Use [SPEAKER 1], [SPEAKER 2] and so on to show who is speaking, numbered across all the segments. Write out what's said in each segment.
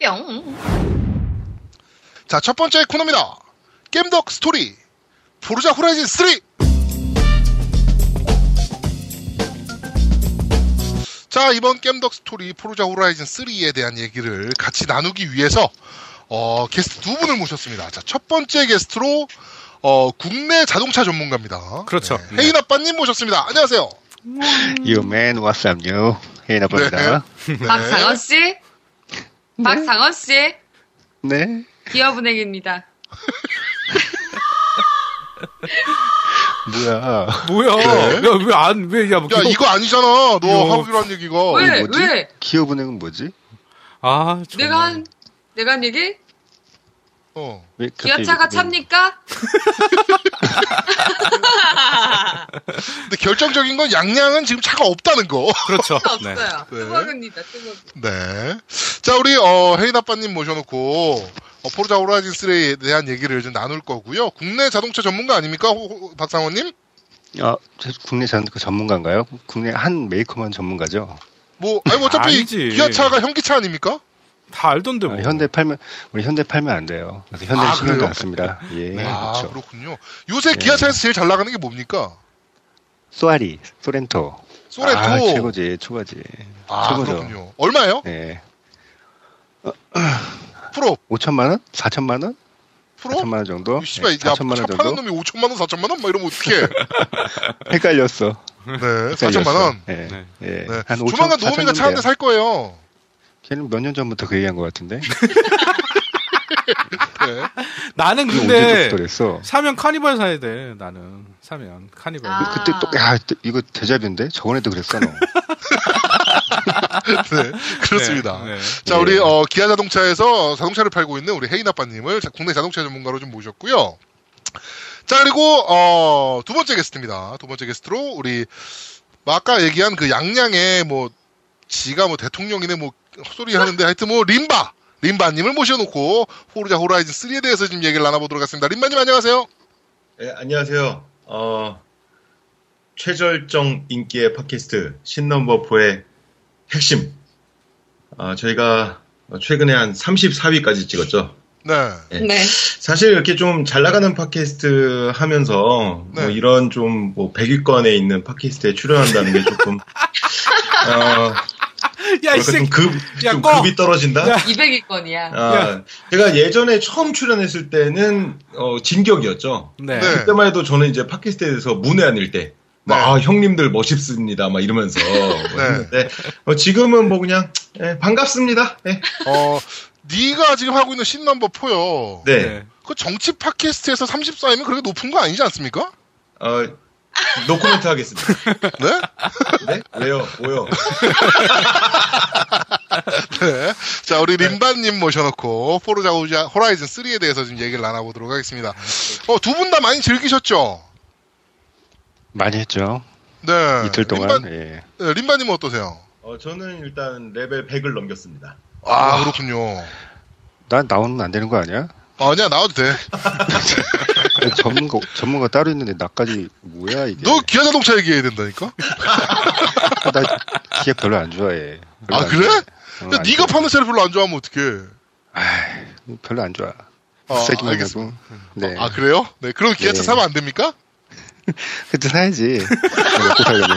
[SPEAKER 1] 네.
[SPEAKER 2] 뿅.
[SPEAKER 1] 자, 첫 번째 코너입니다. 겜덕 스토리. 포르자 호라이즌 3. 자, 이번 겜덕 스토리 포르자 호라이즌 3에 대한 얘기를 같이 나누기 위해서 어, 게스트 두 분을 모셨습니다. 자, 첫 번째 게스트로 어, 국내 자동차 전문가입니다.
[SPEAKER 3] 그렇죠.
[SPEAKER 1] 네. 헤인 아빠님 모셨습니다. 안녕하세요.
[SPEAKER 4] You man, what's up, you? 헤인 아빠입니다.
[SPEAKER 3] 네.
[SPEAKER 2] 박상원 씨, 네. 박상원 씨,
[SPEAKER 4] 네.
[SPEAKER 2] 기업은행입니다.
[SPEAKER 4] 뭐야.
[SPEAKER 3] 뭐야? 야왜안왜야 뭐,
[SPEAKER 1] 네. 야,
[SPEAKER 3] 기도-
[SPEAKER 1] 이거 아니잖아. 너
[SPEAKER 3] 요-
[SPEAKER 1] 하기로 한 얘기가.
[SPEAKER 2] 왜?
[SPEAKER 4] 이거 뭐지? 기업은행은 뭐지?
[SPEAKER 3] 아 정말.
[SPEAKER 2] 내가 한 내가 한 얘기?
[SPEAKER 1] 어.
[SPEAKER 4] 왜 갑자기
[SPEAKER 2] 기아차가
[SPEAKER 4] 이거 뭐-
[SPEAKER 2] 찹니까?
[SPEAKER 1] 근데 결정적인 건 양양은 지금 차가 없다는 거.
[SPEAKER 3] 그렇죠. 네.
[SPEAKER 2] 없어요.
[SPEAKER 1] 네.
[SPEAKER 2] 뜨거입니다. 뜨거.
[SPEAKER 1] 네. 자, 우리, 어, 헤인 아빠님 모셔놓고, 어, 포르자 오라진 3에 대한 얘기를 좀 나눌 거고요. 국내 자동차 전문가 아닙니까? 호- 호- 박상원님?
[SPEAKER 4] 아, 저 국내 자동차 전문가인가요? 국내 한 메이커만 전문가죠.
[SPEAKER 1] 뭐, 아니, 뭐 어차피
[SPEAKER 3] 아니지.
[SPEAKER 1] 기아차가 현기차 아닙니까?
[SPEAKER 3] 다 알던데 뭐.
[SPEAKER 4] 아, 현대 팔면 우리 현대 팔면 안 돼요. 그래서 현대
[SPEAKER 1] 어. 아,
[SPEAKER 4] 는 신경도
[SPEAKER 1] 그래요?
[SPEAKER 4] 안 씁니다. 예,
[SPEAKER 1] 아,
[SPEAKER 4] 그렇죠.
[SPEAKER 1] 그렇군요. 요새 기아차에서 제일 잘 나가는 게 뭡니까?
[SPEAKER 4] 쏘아리, 소렌토.
[SPEAKER 1] 소레토.
[SPEAKER 4] 아, 최고지, 최고지.
[SPEAKER 1] 아,
[SPEAKER 4] 최고죠.
[SPEAKER 1] 그렇군요. 얼마예요?
[SPEAKER 4] 예.
[SPEAKER 1] 프로,
[SPEAKER 4] 5천만 원? 4천만 원?
[SPEAKER 1] 프로?
[SPEAKER 4] 4천만 원 정도?
[SPEAKER 1] 이 씨발,
[SPEAKER 4] 예,
[SPEAKER 1] 야, 차
[SPEAKER 4] 4천만 원 정도?
[SPEAKER 1] 파는 놈이 5천만 원, 4천만 원? 막 이러면 어떡해.
[SPEAKER 4] 헷갈렸어.
[SPEAKER 1] 네,
[SPEAKER 4] 헷갈렸어.
[SPEAKER 1] 4천만 원.
[SPEAKER 4] 예.
[SPEAKER 3] 네.
[SPEAKER 4] 예.
[SPEAKER 1] 네.
[SPEAKER 4] 한 5천,
[SPEAKER 1] 조만간 노우미가
[SPEAKER 4] 4천
[SPEAKER 1] 차 한 대
[SPEAKER 4] 정도예요.
[SPEAKER 1] 살 거예요.
[SPEAKER 4] 걔는 몇 년 전부터 그 얘기한 것 같은데.
[SPEAKER 1] 네.
[SPEAKER 3] 나는
[SPEAKER 4] 언제
[SPEAKER 3] 근데
[SPEAKER 4] 그랬어?
[SPEAKER 3] 사면 카니발 사야 돼. 나는 사면 카니발.
[SPEAKER 2] 아.
[SPEAKER 4] 그때 또, 야, 또 이거 대잡인데? 저번에도 그랬어, 너.
[SPEAKER 1] 네, 그렇습니다.
[SPEAKER 3] 네, 네.
[SPEAKER 1] 자,
[SPEAKER 4] 예.
[SPEAKER 1] 우리 어, 기아 자동차에서 자동차를 팔고 있는 우리 헤인 아빠님을 자- 국내 자동차 전문가로 좀 모셨고요. 자, 그리고 어, 두 번째 게스트입니다. 두 번째 게스트로 우리 뭐 아까 얘기한 그 양양의 뭐 지가 뭐 대통령이네 뭐 헛소리 하는데 하여튼 뭐 림바 림바님을 모셔놓고 호르자 호라이즌 3에 대해서 지금 얘기를 나눠보도록 하겠습니다. 림바님 안녕하세요.
[SPEAKER 5] 예, 안녕하세요. 어, 최절정 인기의 팟캐스트 신넘버포의 핵심. 아, 저희가 최근에 한 34위까지 찍었죠.
[SPEAKER 1] 네,
[SPEAKER 5] 네.
[SPEAKER 2] 네.
[SPEAKER 5] 사실 이렇게 좀 잘 나가는 팟캐스트 하면서 뭐
[SPEAKER 1] 네.
[SPEAKER 5] 이런 좀뭐 100위권에 있는 팟캐스트에 출연한다는 게 조금 어,
[SPEAKER 3] 네. 야, 이
[SPEAKER 5] 뭐랄까 좀
[SPEAKER 3] 새끼.
[SPEAKER 5] 급,
[SPEAKER 3] 야,
[SPEAKER 5] 좀
[SPEAKER 3] 꺼.
[SPEAKER 5] 급이 떨어진다.
[SPEAKER 3] 야.
[SPEAKER 1] 어.
[SPEAKER 2] 200위권이야.
[SPEAKER 5] 아, 제가 예전에 처음 출연했을 때는 어, 진격이었죠.
[SPEAKER 3] 네.
[SPEAKER 1] 네.
[SPEAKER 5] 그때만 해도 저는 이제 팟캐스트에 대해서 문외한일 때, 막,
[SPEAKER 1] 네.
[SPEAKER 5] 아, 형님들 멋있습니다. 막 이러면서. 했는데, 어, 지금은 뭐 그냥, 예, 반갑습니다. 예.
[SPEAKER 1] 어, 네가 지금 하고 있는 신 넘버 4요.
[SPEAKER 5] 네.
[SPEAKER 3] 네.
[SPEAKER 1] 그 정치 팟캐스트에서 34이면 그렇게 높은 거 아니지 않습니까?
[SPEAKER 5] 어, 노코멘트 하겠습니다.
[SPEAKER 1] 네?
[SPEAKER 5] 네? 왜요? 뭐요?
[SPEAKER 1] 네. 자, 우리 림바님 모셔놓고, 포르자 우자- 호라이즌 3에 대해서 좀 얘기를 나눠보도록 하겠습니다. 어, 두 분 다 많이 즐기셨죠?
[SPEAKER 4] 많이 했죠.
[SPEAKER 1] 네.
[SPEAKER 4] 이틀 동안.
[SPEAKER 1] 림바,
[SPEAKER 4] 예.
[SPEAKER 1] 네, 림바님은 어떠세요?
[SPEAKER 5] 어, 저는 일단 레벨 100을 넘겼습니다.
[SPEAKER 1] 아, 그렇군요.
[SPEAKER 4] 난 나오면 안 되는 거 아니야?
[SPEAKER 1] 아니야, 나와도 돼.
[SPEAKER 4] 전문가, 전문가 따로 있는데 나까지 뭐야, 이게.
[SPEAKER 1] 너 기아 자동차 얘기해야 된다니까?
[SPEAKER 4] 아, 나 기획 별로 안 좋아해. 예. 별로
[SPEAKER 1] 아,
[SPEAKER 4] 안
[SPEAKER 1] 그래?
[SPEAKER 4] 좋아해. 어,
[SPEAKER 1] 근데
[SPEAKER 4] 안
[SPEAKER 1] 네가
[SPEAKER 4] 좋아해.
[SPEAKER 1] 파는 차를 별로 안 좋아하면 어떡해.
[SPEAKER 4] 별로 안 좋아.
[SPEAKER 1] 아,
[SPEAKER 4] 세기만
[SPEAKER 1] 알겠습니다.
[SPEAKER 4] 하고. 네.
[SPEAKER 1] 아, 그래요? 네, 그럼 기아차
[SPEAKER 4] 네.
[SPEAKER 1] 사면 안 됩니까?
[SPEAKER 4] 그때 사야지. 내가 먹고 살려면.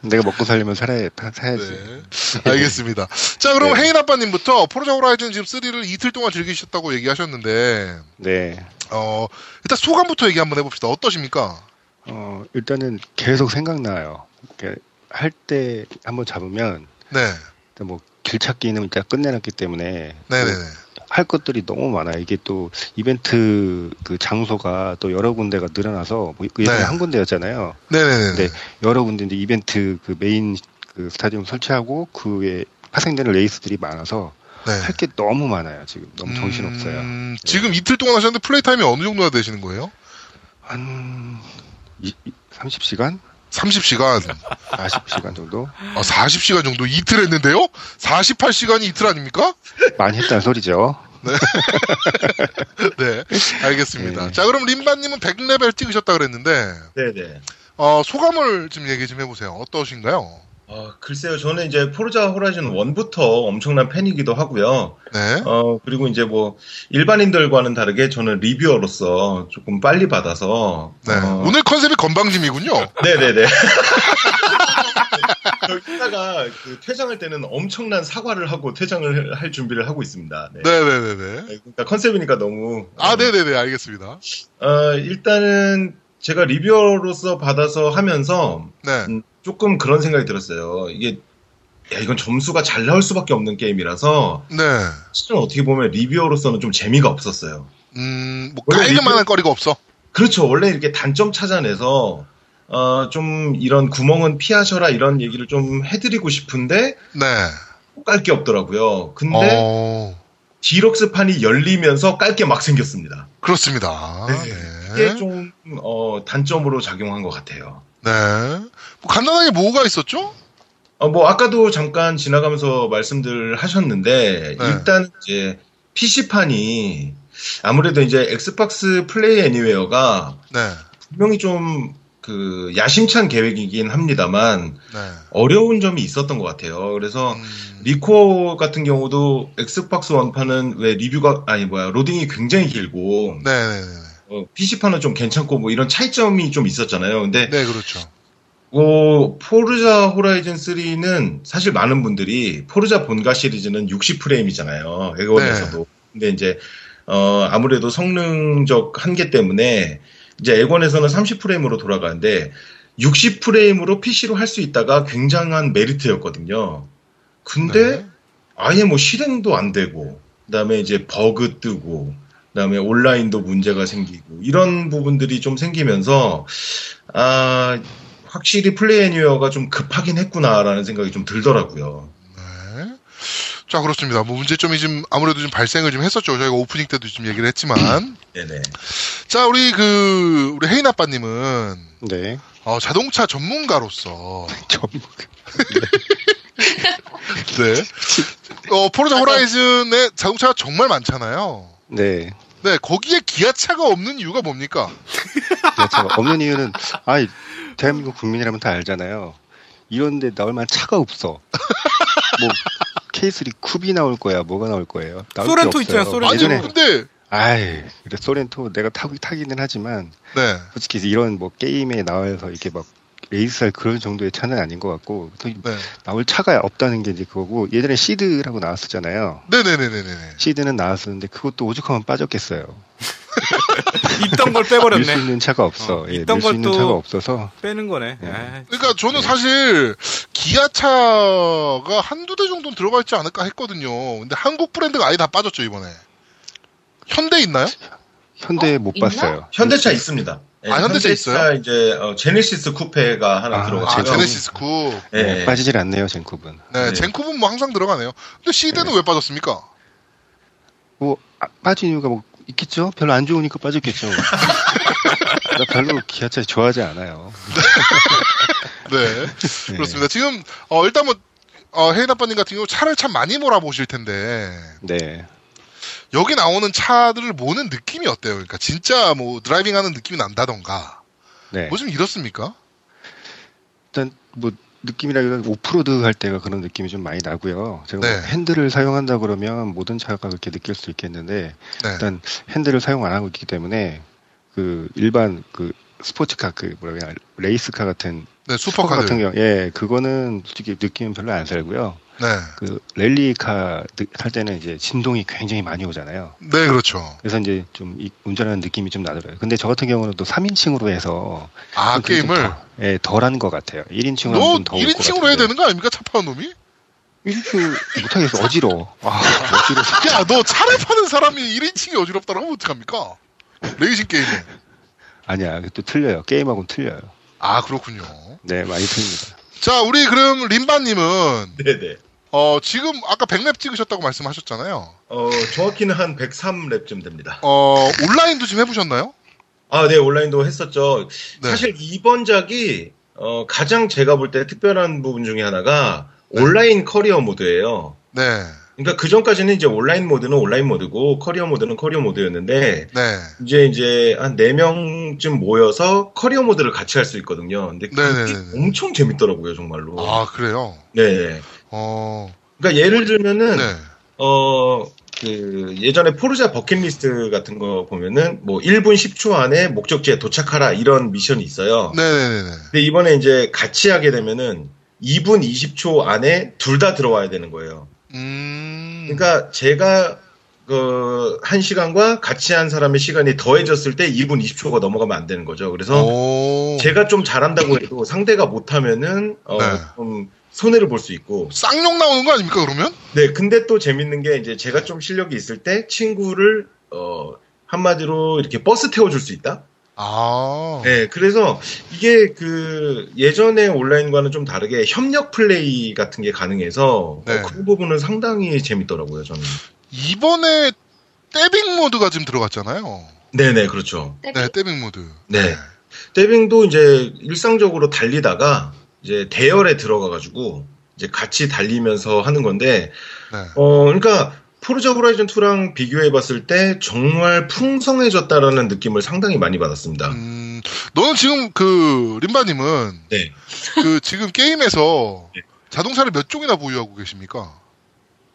[SPEAKER 4] 내가 먹고 살려면 살아야, 다 사야지.
[SPEAKER 1] 네. 알겠습니다. 자, 그럼
[SPEAKER 4] 네.
[SPEAKER 1] 헤인 아빠님부터 포르자 호라이즌 지금 3를 이틀 동안 즐기셨다고 얘기하셨는데,
[SPEAKER 4] 네.
[SPEAKER 1] 어, 일단 소감부터 얘기 한번 해봅시다. 어떠십니까?
[SPEAKER 4] 어, 일단은 계속 생각나요. 이렇게 할 때 한번 잡으면,
[SPEAKER 1] 네.
[SPEAKER 4] 일단 뭐, 길찾기는 일단 끝내놨기 때문에. 그
[SPEAKER 1] 네네네.
[SPEAKER 4] 할 것들이 너무 많아요. 이게 또 이벤트 그 장소가 또 여러 군데가 늘어나서 뭐 예전에
[SPEAKER 1] 네.
[SPEAKER 4] 한 군데였잖아요.
[SPEAKER 1] 네네네.
[SPEAKER 4] 네. 여러 군데 이제 이벤트 그 메인 그 스타디움 설치하고 그 외에 파생되는 레이스들이 많아서 할 게 너무 많아요. 지금 너무 정신없어요.
[SPEAKER 1] 네. 음, 지금 이틀 동안 하셨는데 플레이 타임이 어느 정도나 되시는 거예요?
[SPEAKER 4] 한 이- 이- 30시간?
[SPEAKER 1] 30시간,
[SPEAKER 4] 40시간 정도?
[SPEAKER 1] 아, 40시간 정도 이틀 했는데요? 48시간이 이틀 아닙니까?
[SPEAKER 4] 많이 했다는 소리죠.
[SPEAKER 1] 네, 알겠습니다.
[SPEAKER 4] 네.
[SPEAKER 1] 자, 그럼 림바님은 100레벨 찍으셨다 그랬는데,
[SPEAKER 5] 네네.
[SPEAKER 1] 어, 소감을 좀 얘기 좀 해보세요. 어떠신가요?
[SPEAKER 5] 아, 글쎄요. 저는 이제 포르자 호라이즌 1부터 엄청난 팬이기도 하고요.
[SPEAKER 1] 네.
[SPEAKER 5] 어, 그리고 이제 뭐 일반인들과는 다르게 저는 리뷰어로서 조금 빨리 받아서
[SPEAKER 1] 네.
[SPEAKER 5] 어,
[SPEAKER 1] 오늘 컨셉이 건방짐이군요.
[SPEAKER 5] 네네네. 여기다가 그 퇴장할 때는 엄청난 사과를 하고 퇴장을 할 준비를 하고 있습니다. 네.
[SPEAKER 1] 네네네네.
[SPEAKER 5] 네, 그러니까 컨셉이니까 너무
[SPEAKER 1] 아,
[SPEAKER 5] 어,
[SPEAKER 1] 네네네. 알겠습니다.
[SPEAKER 5] 어, 일단은 제가 리뷰어로서 받아서 하면서
[SPEAKER 1] 네.
[SPEAKER 5] 음, 조금 그런 생각이 들었어요. 이게 야, 이건 점수가 잘 나올 수밖에 없는 게임이라서
[SPEAKER 1] 네.
[SPEAKER 5] 실은 어떻게 보면 리뷰어로서는 좀 재미가 없었어요.
[SPEAKER 1] 음, 뭐,
[SPEAKER 5] 원래
[SPEAKER 1] 깔릴
[SPEAKER 5] 리뷰-
[SPEAKER 1] 만한 거리가 없어.
[SPEAKER 5] 그렇죠. 원래 이렇게 단점 찾아내서 어, 좀 이런 구멍은 피하셔라 이런 얘기를 좀 해드리고 싶은데
[SPEAKER 1] 네.
[SPEAKER 5] 깔 게 없더라고요. 근데
[SPEAKER 1] 어,
[SPEAKER 5] 디럭스판이 열리면서 깔 게 막 생겼습니다.
[SPEAKER 1] 그렇습니다.
[SPEAKER 5] 네. 이게
[SPEAKER 1] 네.
[SPEAKER 5] 좀 어, 단점으로 작용한 것 같아요.
[SPEAKER 1] 네. 뭐 간단하게 뭐가 있었죠?
[SPEAKER 5] 어, 뭐 아까도 잠깐 지나가면서 말씀들 하셨는데
[SPEAKER 1] 네.
[SPEAKER 5] 일단 이제 PC판이 아무래도 이제 엑스박스 플레이 애니웨어가
[SPEAKER 1] 네.
[SPEAKER 5] 분명히 좀 그 야심찬 계획이긴 합니다만
[SPEAKER 1] 네.
[SPEAKER 5] 어려운 점이 있었던 것 같아요. 그래서
[SPEAKER 1] 음,
[SPEAKER 5] 리코어 같은 경우도 엑스박스 원판은 왜 리뷰가 아니 뭐야 로딩이 굉장히 길고
[SPEAKER 1] 네네네.
[SPEAKER 5] PC판은 어, 좀 괜찮고 뭐 이런 차이점이 좀 있었잖아요. 근데
[SPEAKER 1] 네, 그렇죠.
[SPEAKER 5] 어, 포르자 호라이즌 3는 사실 많은 분들이 포르자 본가 시리즈는 60프레임이잖아요. 에건에서도. 근데 이제 어, 아무래도 성능적 한계 때문에 이제 에건에서는 30프레임으로 돌아가는데 60프레임으로 PC로 할 수 있다가 굉장한 메리트였거든요. 근데
[SPEAKER 1] 네.
[SPEAKER 5] 아예 뭐 실행도 안 되고, 그다음에 이제 버그 뜨고, 그다음에 온라인도 문제가 생기고 이런 부분들이 좀 생기면서 아 확실히 플레이 애니어가 좀 급하긴 했구나라는 생각이 좀 들더라고요.
[SPEAKER 1] 네. 자, 그렇습니다. 뭐 문제점이 지금 아무래도 좀 발생을 좀 했었죠. 저희가 오프닝 때도 좀 얘기를 했지만.
[SPEAKER 5] 네네.
[SPEAKER 1] 자, 우리 그, 우리 혜인 아빠님은
[SPEAKER 4] 네.
[SPEAKER 1] 어, 자동차 전문가로서.
[SPEAKER 4] 점.
[SPEAKER 1] 네. 어, 포르자 호라이즌에 자동차가 정말 많잖아요.
[SPEAKER 4] 네.
[SPEAKER 1] 네, 거기에 기아차가 없는 이유가 뭡니까?
[SPEAKER 4] 기아차가 그렇죠. 없는 이유는 아 대한민국 국민이라면 다 알잖아요. 이런데 나올 만한 차가 없어. 뭐 K3 쿱이 나올 거야, 뭐가 나올 거예요. 나올 게
[SPEAKER 3] 소렌토
[SPEAKER 4] 없어요.
[SPEAKER 3] 있잖아요, 소렌토.
[SPEAKER 1] 아니,
[SPEAKER 4] 예전에
[SPEAKER 1] 근데,
[SPEAKER 4] 아이 그래 소렌토 내가 타고 타기는 하지만
[SPEAKER 1] 네.
[SPEAKER 4] 솔직히 이런 뭐 게임에 나와서 이렇게 막 레이스할 그런 정도의 차는 아닌 것 같고 또
[SPEAKER 1] 네.
[SPEAKER 4] 나올 차가 없다는 게 이제 그거고 예전에 시드라고 나왔었잖아요.
[SPEAKER 1] 네네네네네.
[SPEAKER 4] 시드는 나왔었는데 그것도 오죽하면 빠졌겠어요.
[SPEAKER 3] 있던 걸
[SPEAKER 4] 밀 수
[SPEAKER 3] 빼버렸네.
[SPEAKER 4] 있는 차가 없어.
[SPEAKER 3] 어,
[SPEAKER 4] 예,
[SPEAKER 3] 있던
[SPEAKER 4] 밀수 있는
[SPEAKER 3] 것도-
[SPEAKER 4] 차가 없어서
[SPEAKER 3] 빼는 거네.
[SPEAKER 4] 네.
[SPEAKER 3] 에이.
[SPEAKER 1] 그러니까 저는 사실 기아차가 한두 대 정도는 들어가 있지 않을까 했거든요. 근데 한국 브랜드가 아예 다 빠졌죠, 이번에. 현대 있나요?
[SPEAKER 4] 현대에 못
[SPEAKER 2] 있나?
[SPEAKER 4] 봤어요.
[SPEAKER 5] 현대차 있습니다. 예,
[SPEAKER 1] 아, 현대차 있어요?
[SPEAKER 5] 이제 어, 제네시스 쿠페가 하나
[SPEAKER 4] 아,
[SPEAKER 5] 들어가요.
[SPEAKER 4] 제네시스.
[SPEAKER 1] 제네시스 쿱.
[SPEAKER 5] 예,
[SPEAKER 4] 네, 빠지질 않네요, 젠쿱은.
[SPEAKER 1] 네,
[SPEAKER 5] 네.
[SPEAKER 1] 젠쿱은 뭐 항상 들어가네요. 근데 시대는 왜 빠졌습니까?
[SPEAKER 4] 뭐 아, 빠진 이유가 뭐 있겠죠? 별로 안 좋으니까 빠졌겠죠. 나 별로 기아차 좋아하지 않아요.
[SPEAKER 1] 네.
[SPEAKER 4] 네.
[SPEAKER 1] 그렇습니다. 지금, 어, 일단 뭐, 어, 혜인 아빠님 같은 경우 차를 참 많이 몰아보실 텐데,
[SPEAKER 4] 네.
[SPEAKER 1] 여기 나오는 차들을 모는 느낌이 어때요? 그러니까 진짜 뭐 드라이빙 하는 느낌이 난다던가.
[SPEAKER 4] 네.
[SPEAKER 1] 뭐 좀 이렇습니까?
[SPEAKER 4] 일단 뭐 느낌이라기보다 오프로드 할 때가 그런 느낌이 좀 많이 나고요. 제가 뭐
[SPEAKER 1] 네.
[SPEAKER 4] 핸들을 사용한다 그러면 모든 차가 그렇게 느낄 수 있겠는데
[SPEAKER 1] 네.
[SPEAKER 4] 일단 핸들을 사용 안 하고 있기 때문에 그 일반 그 스포츠카 그 뭐라 그래야 레이스카 같은
[SPEAKER 1] 네,
[SPEAKER 4] 카
[SPEAKER 1] 슈퍼카들.
[SPEAKER 4] 같은 경우 예 그거는 솔직히 느낌은 별로 안 살고요.
[SPEAKER 1] 네.
[SPEAKER 4] 그 랠리카 느- 탈 때는 이제 진동이 굉장히 많이 오잖아요.
[SPEAKER 1] 네, 그렇죠.
[SPEAKER 4] 그래서 이제 좀 이- 운전하는 느낌이 좀 나더라고요. 근데 저 같은 경우는 또 3인칭으로 해서
[SPEAKER 1] 아,
[SPEAKER 4] 그게 좀
[SPEAKER 1] 게임을.
[SPEAKER 4] 더- 예, 덜한 것 같아요. 1인칭으로
[SPEAKER 1] 너
[SPEAKER 4] 하면 좀더
[SPEAKER 1] 1인칭으로 해야 되는 거 아닙니까? 차 파는 놈이?
[SPEAKER 4] 1인칭 못하겠어. 어지러워. 아, 어지러워.
[SPEAKER 1] 야, 너 차를 파는 사람이 1인칭이 어지럽다고 하면 어떡합니까? 레이싱 게임에.
[SPEAKER 4] 아니야. 또 틀려요. 게임하고는 틀려요.
[SPEAKER 1] 아, 그렇군요.
[SPEAKER 4] 네, 많이 틀립니다.
[SPEAKER 1] 자, 우리 그럼 림바님은,
[SPEAKER 5] 네네.
[SPEAKER 1] 어, 지금 아까 100렙 찍으셨다고 말씀하셨잖아요.
[SPEAKER 5] 어, 정확히는 한 103렙쯤 됩니다.
[SPEAKER 1] 어, 온라인도 지금 해보셨나요?
[SPEAKER 5] 아, 네, 온라인도 했었죠.
[SPEAKER 1] 네.
[SPEAKER 5] 사실 이번 작이 어, 가장 제가 볼 때 특별한 부분 중에 하나가 온라인 커리어 모드예요.
[SPEAKER 1] 네.
[SPEAKER 5] 그러니까 그 전까지는 이제 온라인 모드는 온라인 모드고 커리어 모드는 커리어 모드였는데
[SPEAKER 1] 네.
[SPEAKER 5] 이제 이제 한 4명쯤 모여서 커리어 모드를 같이 할 수 있거든요. 근데 그게
[SPEAKER 1] 네네네네.
[SPEAKER 5] 엄청 재밌더라고요, 정말로.
[SPEAKER 1] 아, 그래요?
[SPEAKER 5] 네.
[SPEAKER 1] 어,
[SPEAKER 5] 그러니까 예를 들면은
[SPEAKER 1] 네.
[SPEAKER 5] 어, 그, 예전에 포르자 버킷리스트 같은 거 보면은, 뭐, 1분 10초 안에 목적지에 도착하라, 이런 미션이 있어요.
[SPEAKER 1] 네네네네.
[SPEAKER 5] 근데 이번에 이제 같이 하게 되면은, 2분 20초 안에 둘 다 들어와야 되는 거예요.
[SPEAKER 1] 음.
[SPEAKER 5] 그러니까 제가, 그, 한 시간과 같이 한 사람의 시간이 더해졌을 때 2분 20초가 넘어가면 안 되는 거죠. 그래서
[SPEAKER 1] 오.
[SPEAKER 5] 제가 좀 잘한다고 해도 상대가 못하면은, 어,
[SPEAKER 1] 네.
[SPEAKER 5] 좀 손해를 볼 수 있고,
[SPEAKER 1] 쌍욕 나오는 거 아닙니까, 그러면?
[SPEAKER 5] 네, 근데 또 재밌는 게 이제 제가 좀 실력이 있을 때 친구를 어 한마디로 이렇게 버스 태워줄 수 있다.
[SPEAKER 1] 아.
[SPEAKER 5] 네, 그래서 이게 그 예전의 온라인과는 좀 다르게 협력 플레이 같은 게 가능해서
[SPEAKER 1] 네.
[SPEAKER 5] 어, 그 부분은 상당히 재밌더라고요 저는.
[SPEAKER 1] 이번에 떼빙 모드가 지금 들어갔잖아요.
[SPEAKER 5] 네, 네, 그렇죠.
[SPEAKER 1] 네, 떼빙 모드.
[SPEAKER 5] 네, 데빙도 이제 일상적으로 달리다가 이제 대열에 들어가가지고 이제 같이 달리면서 하는 건데
[SPEAKER 1] 네.
[SPEAKER 5] 어, 그러니까 포르자 호라이즌 2랑 비교해 봤을 때 정말 풍성해졌다라는 느낌을 상당히 많이 받았습니다.
[SPEAKER 1] 음, 너는 지금 그 림바님은
[SPEAKER 5] 네.
[SPEAKER 1] 그 지금 게임에서
[SPEAKER 5] 네.
[SPEAKER 1] 자동차를 몇 종이나 보유하고 계십니까?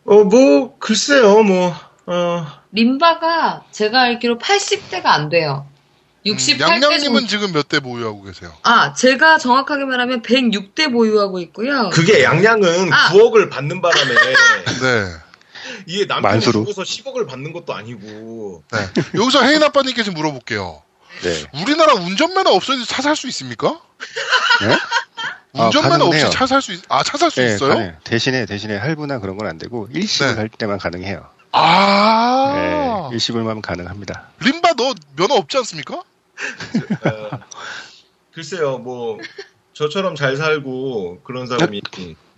[SPEAKER 5] 어, 뭐 글쎄요. 뭐 어,
[SPEAKER 2] 림바가 제가 알기로 80대가 안 돼요.
[SPEAKER 1] 음,
[SPEAKER 2] 68대 정도.
[SPEAKER 1] 양양님은 지금 몇 대 보유하고 계세요?
[SPEAKER 2] 아, 제가 정확하게 말하면 106대 보유하고 있고요.
[SPEAKER 5] 그게 양양은
[SPEAKER 2] 아.
[SPEAKER 5] 9억을 받는 바람에
[SPEAKER 1] 네.
[SPEAKER 5] 이게 남편이
[SPEAKER 4] 만수로?
[SPEAKER 5] 죽어서 10억을 받는 것도 아니고
[SPEAKER 1] 네. 여기서 혜인 아빠님께 좀 물어볼게요.
[SPEAKER 4] 네.
[SPEAKER 1] 우리나라 운전면허 없어도 차 살 수 있습니까?
[SPEAKER 4] 네? 아,
[SPEAKER 1] 운전면허 없이
[SPEAKER 4] 가능해요.
[SPEAKER 1] 차 살 수 있, 아, 차 살 수
[SPEAKER 4] 네,
[SPEAKER 1] 있어요?
[SPEAKER 4] 가능해요. 대신에 대신에 할부나 그런 건 안 되고 일시불
[SPEAKER 1] 네.
[SPEAKER 4] 할 때만 가능해요.
[SPEAKER 1] 아,
[SPEAKER 4] 네, 일시불만 가능합니다.
[SPEAKER 1] 림바 너 면허 없지 않습니까?
[SPEAKER 5] 어, 글쎄요. 뭐 저처럼 잘 살고 그런 사람이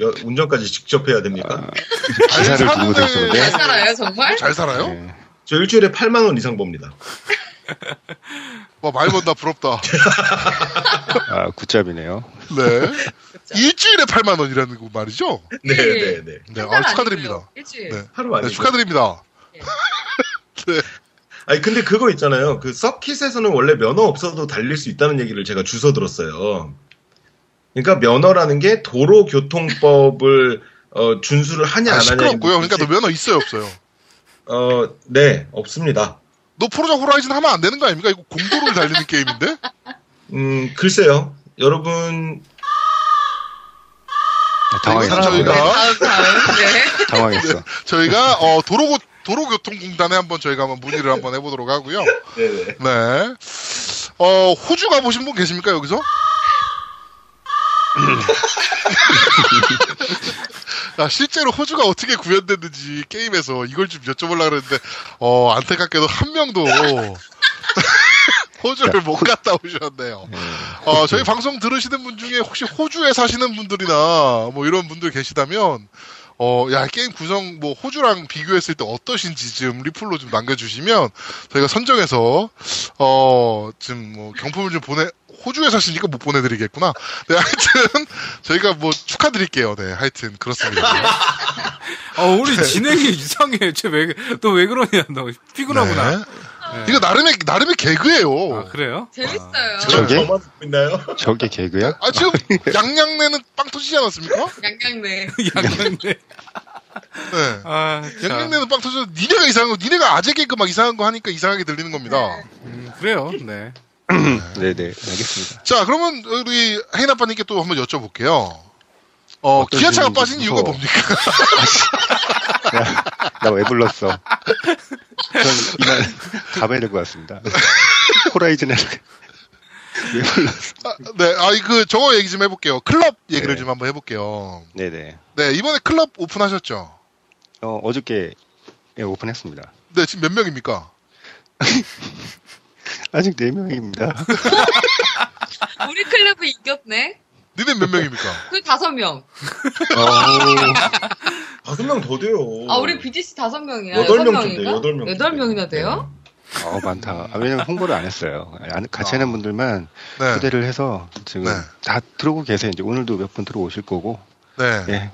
[SPEAKER 5] 여- 운전까지 직접 해야
[SPEAKER 1] 아.
[SPEAKER 5] 됩니까?
[SPEAKER 4] 기사를
[SPEAKER 1] 아니,
[SPEAKER 4] 두고
[SPEAKER 1] 사람들-
[SPEAKER 2] 잘
[SPEAKER 4] 들었었는데
[SPEAKER 2] 살아요, 정말?
[SPEAKER 1] 잘 네. 살아요?
[SPEAKER 4] 네.
[SPEAKER 5] 저 일주일에 8만 원 이상 봅니다.
[SPEAKER 1] 와, 말 번다, 부럽다.
[SPEAKER 4] 아, 굿잡이네요.
[SPEAKER 1] 네. 일주일에 8만 원이라는 거 말이죠?
[SPEAKER 5] 네, 네, 네.
[SPEAKER 1] 네,
[SPEAKER 2] 한
[SPEAKER 1] 아,
[SPEAKER 2] 달
[SPEAKER 1] 축하드립니다.
[SPEAKER 2] 아니고요. 일주일.
[SPEAKER 1] 네.
[SPEAKER 5] 하루 안에
[SPEAKER 1] 네, 축하드립니다.
[SPEAKER 5] 아니 근데 그거 있잖아요. 그 서킷에서는 원래 면허 없어도 달릴 수 있다는 얘기를 제가 주워 들었어요. 그러니까 면허라는 게 도로교통법을 어, 준수를 하냐
[SPEAKER 1] 아,
[SPEAKER 5] 안 하냐
[SPEAKER 1] 시끄럽고요. 그러니까 너 면허 있어요, 없어요?
[SPEAKER 5] 어네 없습니다.
[SPEAKER 1] 너 포르자 호라이즌 하면 안 되는 거 아닙니까? 이거 공도를 달리는 게임인데?
[SPEAKER 5] 음 글쎄요. 여러분
[SPEAKER 4] 당황했어.
[SPEAKER 1] 아.
[SPEAKER 5] 사람이다.
[SPEAKER 4] 저희가.
[SPEAKER 2] 네, 다음, 다음. 네.
[SPEAKER 4] 당황했어.
[SPEAKER 1] 저희가 어, 도로 도로교통공단에 한번 저희가 한번 문의를 한번 해보도록 하고요.
[SPEAKER 5] 네네.
[SPEAKER 1] 네. 어, 호주 가보신 분 계십니까, 여기서? 아, 실제로 호주가 어떻게 구현됐는지 게임에서 이걸 좀 여쭤보려고 그랬는데, 어, 안타깝게도 한 명도 호주를 못 갔다 오셨네요. 어, 저희 방송 들으시는 분 중에 혹시 호주에 사시는 분들이나 뭐 이런 분들 계시다면, 어, 야, 게임 구성 뭐 호주랑 비교했을 때 어떠신지 좀 리플로 좀 남겨주시면 저희가 선정해서 어, 지금 뭐 경품을 좀 보내, 호주에 사시니까 못 보내드리겠구나. 네, 하여튼 저희가 뭐 축하드릴게요. 네, 하여튼 그렇습니다.
[SPEAKER 3] 아, 우리
[SPEAKER 1] 네.
[SPEAKER 3] 진행이 이상해. 쟤왜너 왜 그러냐? 너 피곤하구나.
[SPEAKER 1] 네. 이거 나름의 나름의 개그예요.
[SPEAKER 3] 아, 그래요?
[SPEAKER 2] 재밌어요.
[SPEAKER 1] 저-
[SPEAKER 4] 저게?
[SPEAKER 5] 저만 듣고 있나요?
[SPEAKER 4] 저게 개그야?
[SPEAKER 1] 아, 지금 양양내는 빵 터지지 않았습니까?
[SPEAKER 2] 양양네.
[SPEAKER 3] 양양네.
[SPEAKER 1] 네.
[SPEAKER 3] 아, 참.
[SPEAKER 1] 양양내는 빵 터져. 니네가 이상한 거, 니네가 아재 개그 막 이상한 거 하니까 이상하게 들리는 겁니다.
[SPEAKER 3] 음, 그래요. 네.
[SPEAKER 4] 네, 네. 알겠습니다.
[SPEAKER 1] 자, 그러면 우리 혜인 아빠님께 또 한번 여쭤볼게요. 어,
[SPEAKER 4] 어떤
[SPEAKER 1] 기아차가
[SPEAKER 4] 질문이
[SPEAKER 1] 빠진 이유가
[SPEAKER 4] 있어서.
[SPEAKER 1] 뭡니까?
[SPEAKER 4] 나 왜 불렀어? 전 이만 가봐야 될 것 같습니다. 호라이즌에 왜 불렀어?
[SPEAKER 1] 아, 네, 아, 그, 저거 얘기 좀 해볼게요. 클럽 얘기를
[SPEAKER 4] 네.
[SPEAKER 1] 좀 한번 해볼게요.
[SPEAKER 4] 네네.
[SPEAKER 1] 네, 이번에 클럽 오픈하셨죠?
[SPEAKER 4] 어, 어저께 예, 오픈했습니다.
[SPEAKER 1] 네, 지금 몇 명입니까?
[SPEAKER 4] 아직 4명입니다.
[SPEAKER 2] 우리 클럽이 이겼네.
[SPEAKER 1] 니네 몇 명입니까?
[SPEAKER 2] 우리 그 다섯 명.
[SPEAKER 4] 어,
[SPEAKER 5] 다섯 명 더 돼요.
[SPEAKER 2] 아, 우리 BGC 다섯 명이야.
[SPEAKER 5] 여덟
[SPEAKER 2] 여섯
[SPEAKER 5] 명쯤
[SPEAKER 2] 명인가?
[SPEAKER 5] 돼요, 여덟 명.
[SPEAKER 2] 여덟 명이나 돼요?
[SPEAKER 4] 어, 많다. 아, 왜냐면 홍보를 안 했어요. 안- 같이
[SPEAKER 1] 아.
[SPEAKER 4] 하는 분들만
[SPEAKER 1] 네.
[SPEAKER 4] 초대를 해서 지금
[SPEAKER 1] 네.
[SPEAKER 4] 다 들어오고 계세요. 이제 오늘도 몇 분 들어오실 거고.
[SPEAKER 1] 네.
[SPEAKER 4] 예.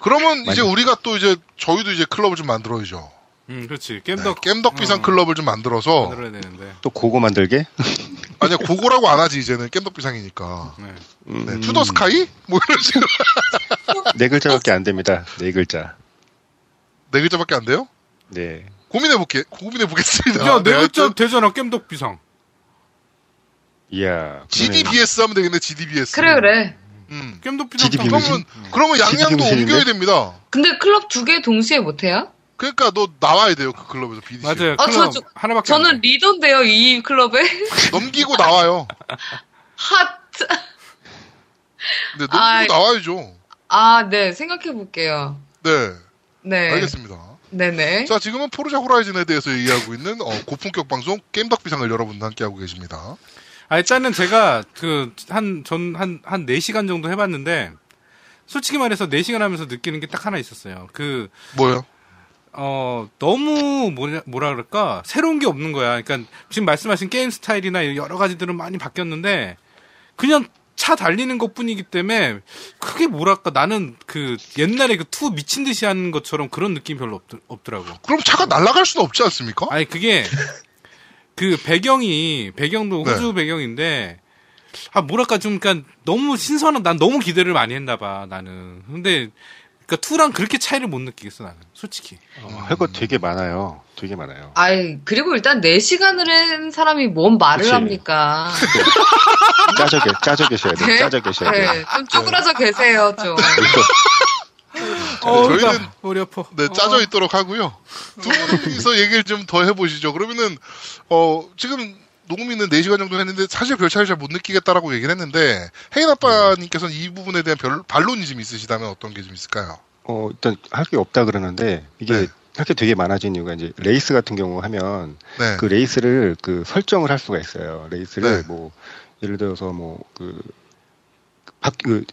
[SPEAKER 1] 그러면 이제
[SPEAKER 4] 맞아요.
[SPEAKER 1] 우리가 또 이제 저희도 이제 클럽을 좀 만들어야죠.
[SPEAKER 3] 음, 그렇지.
[SPEAKER 1] 네,
[SPEAKER 3] 겜덕
[SPEAKER 1] 겜덕 비상
[SPEAKER 3] 어.
[SPEAKER 1] 클럽을 아, 좀 만들어서
[SPEAKER 3] 만들어야 되는데.
[SPEAKER 4] 또 고거 만들게?
[SPEAKER 1] 아니야 고고라고 안 하지 이제는 겜덕 비상이니까.
[SPEAKER 3] 네.
[SPEAKER 4] 음,
[SPEAKER 1] 네, 투더 스카이? 뭐 이런 식으로
[SPEAKER 4] 네 글자밖에 안 됩니다. 네 글자.
[SPEAKER 1] 네 글자밖에 안 돼요?
[SPEAKER 4] 네.
[SPEAKER 1] 고민해 볼게 고민해 보겠습니다.
[SPEAKER 3] 야, 내
[SPEAKER 1] 네,
[SPEAKER 3] 글자
[SPEAKER 1] 하여튼
[SPEAKER 3] 되잖아. 겜덕 비상.
[SPEAKER 4] 이야.
[SPEAKER 1] GDBS 하면 되겠네 GDBS.
[SPEAKER 2] 그래, 그래.
[SPEAKER 1] 음.
[SPEAKER 3] 겜덕 비상.
[SPEAKER 4] GDP
[SPEAKER 3] 딱-
[SPEAKER 4] 무슨?
[SPEAKER 1] 그러면 그러면 양양도
[SPEAKER 4] GDP
[SPEAKER 1] 옮겨야
[SPEAKER 4] 무신인데?
[SPEAKER 1] 됩니다.
[SPEAKER 2] 근데 클럽 두 개 동시에 못해요?
[SPEAKER 1] 그러니까 너 나와야 돼요 그 클럽에서 BDC.
[SPEAKER 3] 맞아요.
[SPEAKER 2] 아,
[SPEAKER 3] 클럽
[SPEAKER 2] 저- 저-
[SPEAKER 3] 하나밖에 안
[SPEAKER 2] 저는
[SPEAKER 3] 돼.
[SPEAKER 2] 리더인데요, 이 클럽에.
[SPEAKER 1] 넘기고 나와요.
[SPEAKER 2] 하트.
[SPEAKER 1] 근데 네, 넘기고
[SPEAKER 2] 아이.
[SPEAKER 1] 나와야죠.
[SPEAKER 2] 아, 네, 생각해볼게요.
[SPEAKER 1] 네,
[SPEAKER 2] 네.
[SPEAKER 1] 알겠습니다.
[SPEAKER 2] 네네.
[SPEAKER 1] 자 지금은 포르자 호라이즌에 대해서 얘기하고 있는 어, 고품격 방송 겜덕 비상을 여러분과 함께 하고 계십니다.
[SPEAKER 3] 아, 일단은 제가 그 한 전 한 한 4시간 정도 해 봤는데 솔직히 말해서 4시간 하면서 느끼는 게 딱 하나 있었어요. 그
[SPEAKER 1] 뭐요?
[SPEAKER 3] 어, 너무 뭐냐, 뭐라 그럴까? 새로운 게 없는 거야. 그러니까 지금 말씀하신 게임 스타일이나 여러 가지들은 많이 바뀌었는데 그냥 차 달리는 것 뿐이기 때문에 크게 뭐랄까 나는 그 옛날에 그 투 미친 듯이 하는 것처럼 그런 느낌 이 별로 없, 더라고
[SPEAKER 1] 그럼 차가 날아갈 수는 없지
[SPEAKER 5] 어?
[SPEAKER 1] 않습니까?
[SPEAKER 3] 아니 그게 그 배경이 배경도
[SPEAKER 1] 네.
[SPEAKER 3] 호주 배경인데 아 뭐랄까 좀 그러니까 너무 신선한 난 너무 기대를 많이 했나 봐 나는 근데 그러니까 투랑 그렇게 차이를 못 느끼겠어 나는 솔직히
[SPEAKER 4] 할 거 되게 많아요. 되게 많아요.
[SPEAKER 2] 아이, 그리고 일단 4시간을 한 사람이 뭔 말을
[SPEAKER 4] 그치.
[SPEAKER 2] 합니까?
[SPEAKER 4] 짜져, 계, 짜져 계셔야 돼.
[SPEAKER 2] 네?
[SPEAKER 4] 짜져 계셔야 돼.
[SPEAKER 2] 네, 좀 쪼그라져 계세요, 좀.
[SPEAKER 3] 어,
[SPEAKER 5] 그러니까
[SPEAKER 1] 저희는-
[SPEAKER 3] 나 머리 아파.
[SPEAKER 1] 네, 짜져 있도록 하고요. 두 분이서 얘기를 좀 더 해보시죠. 그러면은 어 지금 녹음 있는 4시간 정도 했는데 사실 별 차이를 잘 못 느끼겠다라고 얘기를 했는데 혜인 아빠님께서는 이 부분에 대한 별, 반론이 좀 있으시다면 어떤 게 좀 있을까요?
[SPEAKER 4] 어, 일단 할 게 없다 그러는데 이게
[SPEAKER 1] 네.
[SPEAKER 4] 할 게 되게 많아진 이유가 이제 레이스 같은 경우 하면
[SPEAKER 1] 네.
[SPEAKER 4] 그 레이스를 그 설정을 할 수가 있어요.
[SPEAKER 1] 네.
[SPEAKER 4] 레이스를 뭐 예를 들어서 뭐그박그두 그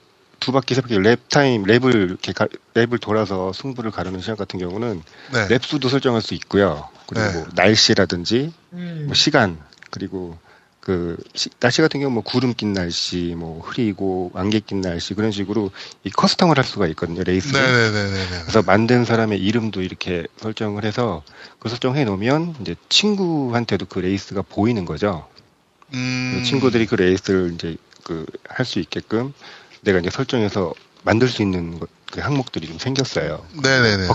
[SPEAKER 4] 바퀴 세 바퀴 랩 타임 랩을 이렇게 가- 랩을 돌아서 승부를 가르는 시간 같은 경우는
[SPEAKER 1] 네.
[SPEAKER 4] 랩 수도 설정할 수 있고요. 그리고
[SPEAKER 1] 네.
[SPEAKER 4] 뭐 날씨라든지
[SPEAKER 2] 음.
[SPEAKER 4] 뭐 시간 그리고 그 시- 날씨 같은 경우 뭐 구름 낀 날씨, 뭐 흐리고 안개 낀 날씨 그런 식으로 이 커스텀을 할 수가 있거든요. 레이스. 를
[SPEAKER 1] 네네네네네.
[SPEAKER 4] 그래서 만든 사람의 이름도 이렇게 설정을 해서 그 설정해 놓으면 이제 친구한테도 그 레이스가 보이는 거죠.
[SPEAKER 1] 음,
[SPEAKER 4] 친구들이 그 레이스를 이제 그 할 수 있게끔 내가 이제 설정해서 만들 수 있는 것- 그 항목들이 좀 생겼어요.
[SPEAKER 1] 네네네네.
[SPEAKER 4] 어,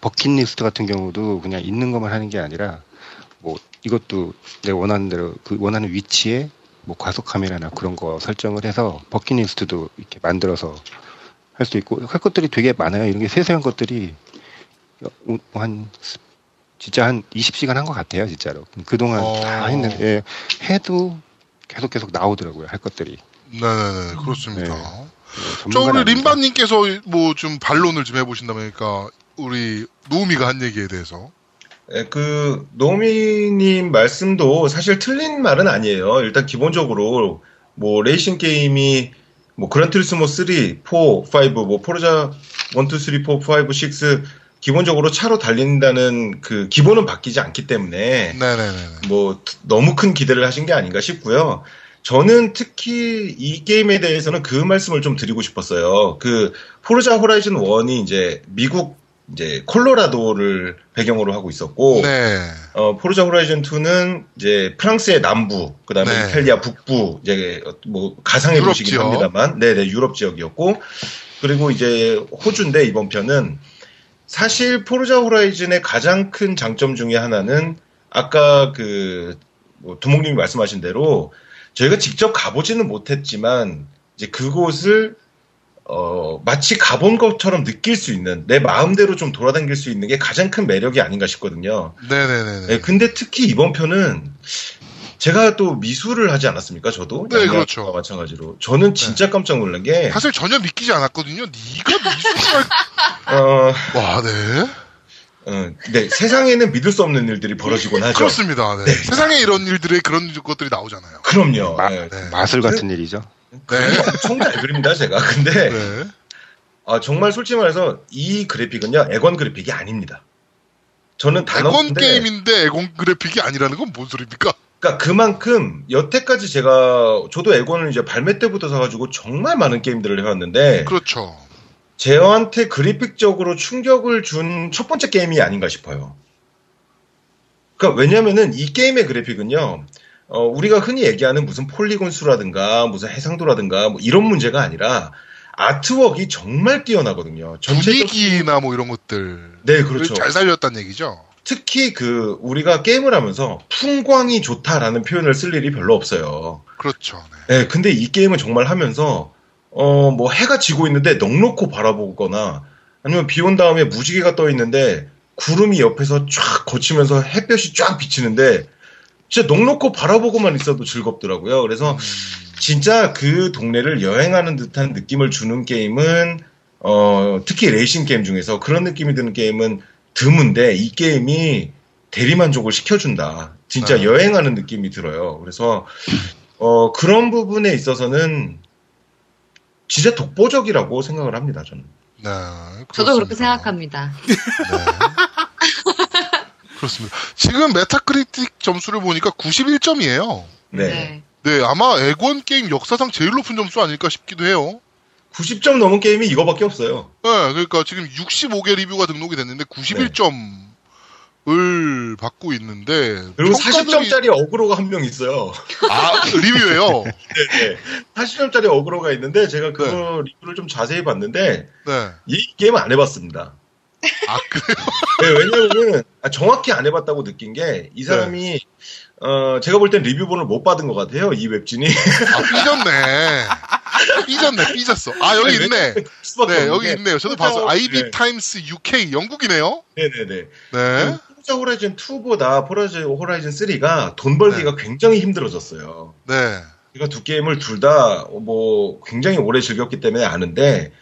[SPEAKER 4] 버킷리스트 같은 경우도 그냥 있는 것만 하는 게 아니라 뭐 이것도 내 원하는 대로 그 원하는 위치에 뭐 과속 카메라나 그런 거 설정을 해서 버킷리스트도 이렇게 만들어서 할 수 있고 할 것들이 되게 많아요. 이런 게 세세한 것들이 어, 뭐한 스- 진짜 한 20시간 한 것 같아요, 진짜로. 그동안
[SPEAKER 1] 어.
[SPEAKER 4] 다 했는데 예, 해도 계속 계속 나오더라고요, 할 것들이. 예,
[SPEAKER 1] 네네네. 그렇습니다.
[SPEAKER 4] 네.
[SPEAKER 1] 저 우리
[SPEAKER 4] 반
[SPEAKER 1] 림바님께서 뭐 좀 반론을 좀 해보신다니까 우리 노우미가 한 얘기에 대해서.
[SPEAKER 5] 예, 그 노미님 말씀도 사실 틀린 말은 아니에요. 일단 기본적으로 뭐 레이싱 게임이 뭐 그란트리스모 3, 4, 5, 뭐 포르자 1, 2, 3, 4, 5, 6 기본적으로 차로 달린다는 그 기본은 바뀌지 않기 때문에
[SPEAKER 1] 네네네네.
[SPEAKER 5] 뭐 트- 너무 큰 기대를 하신 게 아닌가 싶고요. 저는 특히 이 게임에 대해서는 그 말씀을 좀 드리고 싶었어요. 그 포르자 호라이즌 1이 이제 미국 이제 콜로라도를 배경으로 하고 있었고
[SPEAKER 1] 네.
[SPEAKER 5] 어, 포르자 호라이즌 2는 이제 프랑스의 남부, 그 다음에
[SPEAKER 1] 네.
[SPEAKER 5] 이탈리아 북부, 이제 뭐 가상의
[SPEAKER 1] 유럽
[SPEAKER 5] 도시긴
[SPEAKER 1] 지역.
[SPEAKER 5] 합니다만, 네네, 유럽 지역이었고, 그리고 이제 호주인데 이번 편은 사실 포르자 호라이즌의 가장 큰 장점 중에 하나는 아까 그, 뭐 두목님이 말씀하신 대로 저희가 직접 가보지는 못했지만, 이제 그곳을 어, 마치 가본 것처럼 느낄 수 있는, 내 마음대로 좀 돌아다닐 수 있는 게 가장 큰 매력이 아닌가 싶거든요.
[SPEAKER 1] 네네네네.
[SPEAKER 5] 네, 근데 특히 이번 편은 제가 또 미술을 하지 않았습니까? 저도
[SPEAKER 1] 네,
[SPEAKER 5] 양양과
[SPEAKER 1] 그렇죠.
[SPEAKER 5] 마찬가지로 저는 진짜 깜짝 놀란 게
[SPEAKER 1] 사실 전혀 믿기지 않았거든요. 네가 미술할 아.
[SPEAKER 5] 어,
[SPEAKER 1] 와, 네.
[SPEAKER 5] 어, 네, 세상에는 믿을 수 없는 일들이 벌어지곤 하죠.
[SPEAKER 1] 그렇습니다. 네. 세상에 이런 일들에 그런 것들이 나오잖아요.
[SPEAKER 5] 그럼요.
[SPEAKER 4] 마-
[SPEAKER 5] 네.
[SPEAKER 1] 네.
[SPEAKER 4] 마술 같은 일이죠.
[SPEAKER 1] 네.
[SPEAKER 5] 엄청 잘 그립니다, 제가. 근데
[SPEAKER 1] 네.
[SPEAKER 5] 아, 정말 솔직히 말해서 이 그래픽은요, 애건 그래픽이 아닙니다. 저는 단어
[SPEAKER 1] 애건 게임인데 애건 그래픽이 아니라는 건 뭔 소리입니까?
[SPEAKER 5] 그러니까 그만큼 여태까지 제가 저도 애건을 이제 발매 때부터 사가지고 정말 많은 게임들을 해왔는데
[SPEAKER 1] 그렇죠.
[SPEAKER 5] 제어한테 그래픽적으로 충격을 준 첫 번째 게임이 아닌가 싶어요. 그러니까 왜냐면은 이 게임의 그래픽은요, 어, 우리가 흔히 얘기하는 무슨 폴리곤 수라든가 무슨 해상도라든가 뭐 이런 문제가 아니라 아트웍이 정말 뛰어나거든요. 전체적
[SPEAKER 1] 분위기나 뭐 이런 것들
[SPEAKER 5] 네, 그렇죠.
[SPEAKER 1] 잘 살렸다는 얘기죠.
[SPEAKER 5] 특히 그 우리가 게임을 하면서 풍광이 좋다라는 표현을 쓸 일이 별로 없어요.
[SPEAKER 1] 그렇죠. 네.
[SPEAKER 5] 네, 근데 이 게임은 정말 하면서 어 뭐 해가 지고 있는데 넉넉히 바라보거나 아니면 비 온 다음에 무지개가 떠 있는데 구름이 옆에서 쫙 거치면서 햇볕이 쫙 비치는데 진짜 넉넉히 바라보고만 있어도 즐겁더라고요. 그래서 진짜 그 동네를 여행하는 듯한 느낌을 주는 게임은 어, 특히 레이싱 게임 중에서 그런 느낌이 드는 게임은 드문데 이 게임이 대리만족을 시켜준다. 진짜
[SPEAKER 1] 아.
[SPEAKER 5] 여행하는 느낌이 들어요. 그래서 어, 그런 부분에 있어서는 진짜 독보적이라고 생각을 합니다. 저는.
[SPEAKER 1] 네,
[SPEAKER 2] 저도 그렇게
[SPEAKER 1] 그렇습니다.
[SPEAKER 2] 생각합니다.
[SPEAKER 1] 네. 그렇습니다. 지금 메타크리틱 점수를 보니까 91점이에요.
[SPEAKER 5] 네.
[SPEAKER 2] 네.
[SPEAKER 1] 네, 아마 액원 게임 역사상 제일 높은 점수 아닐까 싶기도 해요.
[SPEAKER 5] 90점 넘은 게임이 이거밖에 없어요.
[SPEAKER 1] 네, 그러니까 지금 65개 리뷰가 등록이 됐는데
[SPEAKER 5] 네.
[SPEAKER 1] 91점을 받고 있는데
[SPEAKER 5] 그리고
[SPEAKER 1] 평가들이-
[SPEAKER 5] 40점짜리 어그로가 한 명 있어요.
[SPEAKER 1] 아, 리뷰예요.
[SPEAKER 5] 네. 40점짜리 어그로가 있는데 제가 그거 리뷰를 좀 자세히 봤는데
[SPEAKER 1] 네.
[SPEAKER 5] 이 게임 안 해봤습니다.
[SPEAKER 1] 아, 그래요?
[SPEAKER 5] 네, 왜냐면은 아, 정확히 안 해봤다고 느낀 게 이
[SPEAKER 1] 네.
[SPEAKER 5] 사람이 어, 제가 볼 땐 리뷰본을 못 받은 것 같아요. 이 웹진이
[SPEAKER 1] 아, 삐졌네. 삐졌네, 삐졌어. 아, 여기
[SPEAKER 5] 아니,
[SPEAKER 1] 있네.
[SPEAKER 5] 수밖에
[SPEAKER 1] 네,
[SPEAKER 5] 없는
[SPEAKER 1] 여기
[SPEAKER 5] 게
[SPEAKER 1] 있네요. 저도
[SPEAKER 5] 혼자-
[SPEAKER 1] 봐서
[SPEAKER 5] 네.
[SPEAKER 1] IB 타임스 UK 영국이네요.
[SPEAKER 5] 네네네.
[SPEAKER 1] 네.
[SPEAKER 5] 포르자 호라이즌 2보다 포르자 호라이즌 3가 돈 벌기가 굉장히 힘들어졌어요.
[SPEAKER 1] 네.
[SPEAKER 5] 제가 두 게임을 둘 다 뭐 굉장히 오래 즐겼기 때문에 아는데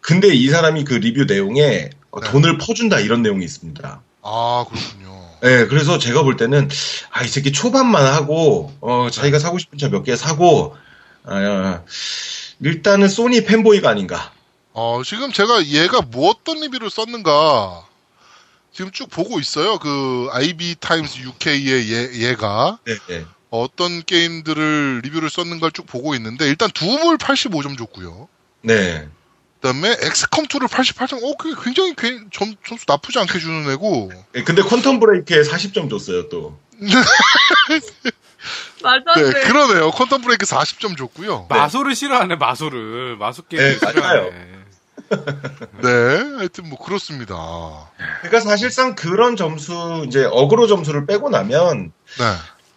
[SPEAKER 5] 근데 이 사람이 그 리뷰 내용에 어,
[SPEAKER 1] 네.
[SPEAKER 5] 돈을 퍼준다 이런 내용이 있습니다.
[SPEAKER 1] 아, 그렇군요.
[SPEAKER 5] 네, 그래서 제가 볼 때는 아 이 새끼 초반만 하고 어 자기가 사고 싶은 차 몇 개 사고 아, 일단은 소니 팬보이가 아닌가.
[SPEAKER 1] 어, 지금 제가 얘가 뭐 어떤 리뷰를 썼는가 지금 쭉 보고 있어요. 그 IB 타임스 UK의 얘, 얘가
[SPEAKER 5] 네, 네.
[SPEAKER 1] 어떤 게임들을 리뷰를 썼는가를 쭉 보고 있는데 일단 둠을 85점 줬고요.
[SPEAKER 5] 네.
[SPEAKER 1] 그다음에 엑스컴 2를 88점. 어, 그게 굉장히 괜- 점, 점수 나쁘지 않게 주는 애고.
[SPEAKER 5] 네, 근데 퀀텀 브레이크에 40점 줬어요 또.
[SPEAKER 2] 말도 안
[SPEAKER 1] 네,
[SPEAKER 2] 돼.
[SPEAKER 1] 그러네요. 퀀텀 브레이크 40점 줬고요.
[SPEAKER 3] 마소를 싫어하네 마소를 마소 게임
[SPEAKER 5] 네, 맞아요.
[SPEAKER 3] 싫어하네.
[SPEAKER 1] 네, 하여튼 뭐 그렇습니다.
[SPEAKER 5] 그러니까 사실상 그런 점수 이제 어그로 점수를 빼고 나면
[SPEAKER 1] 네.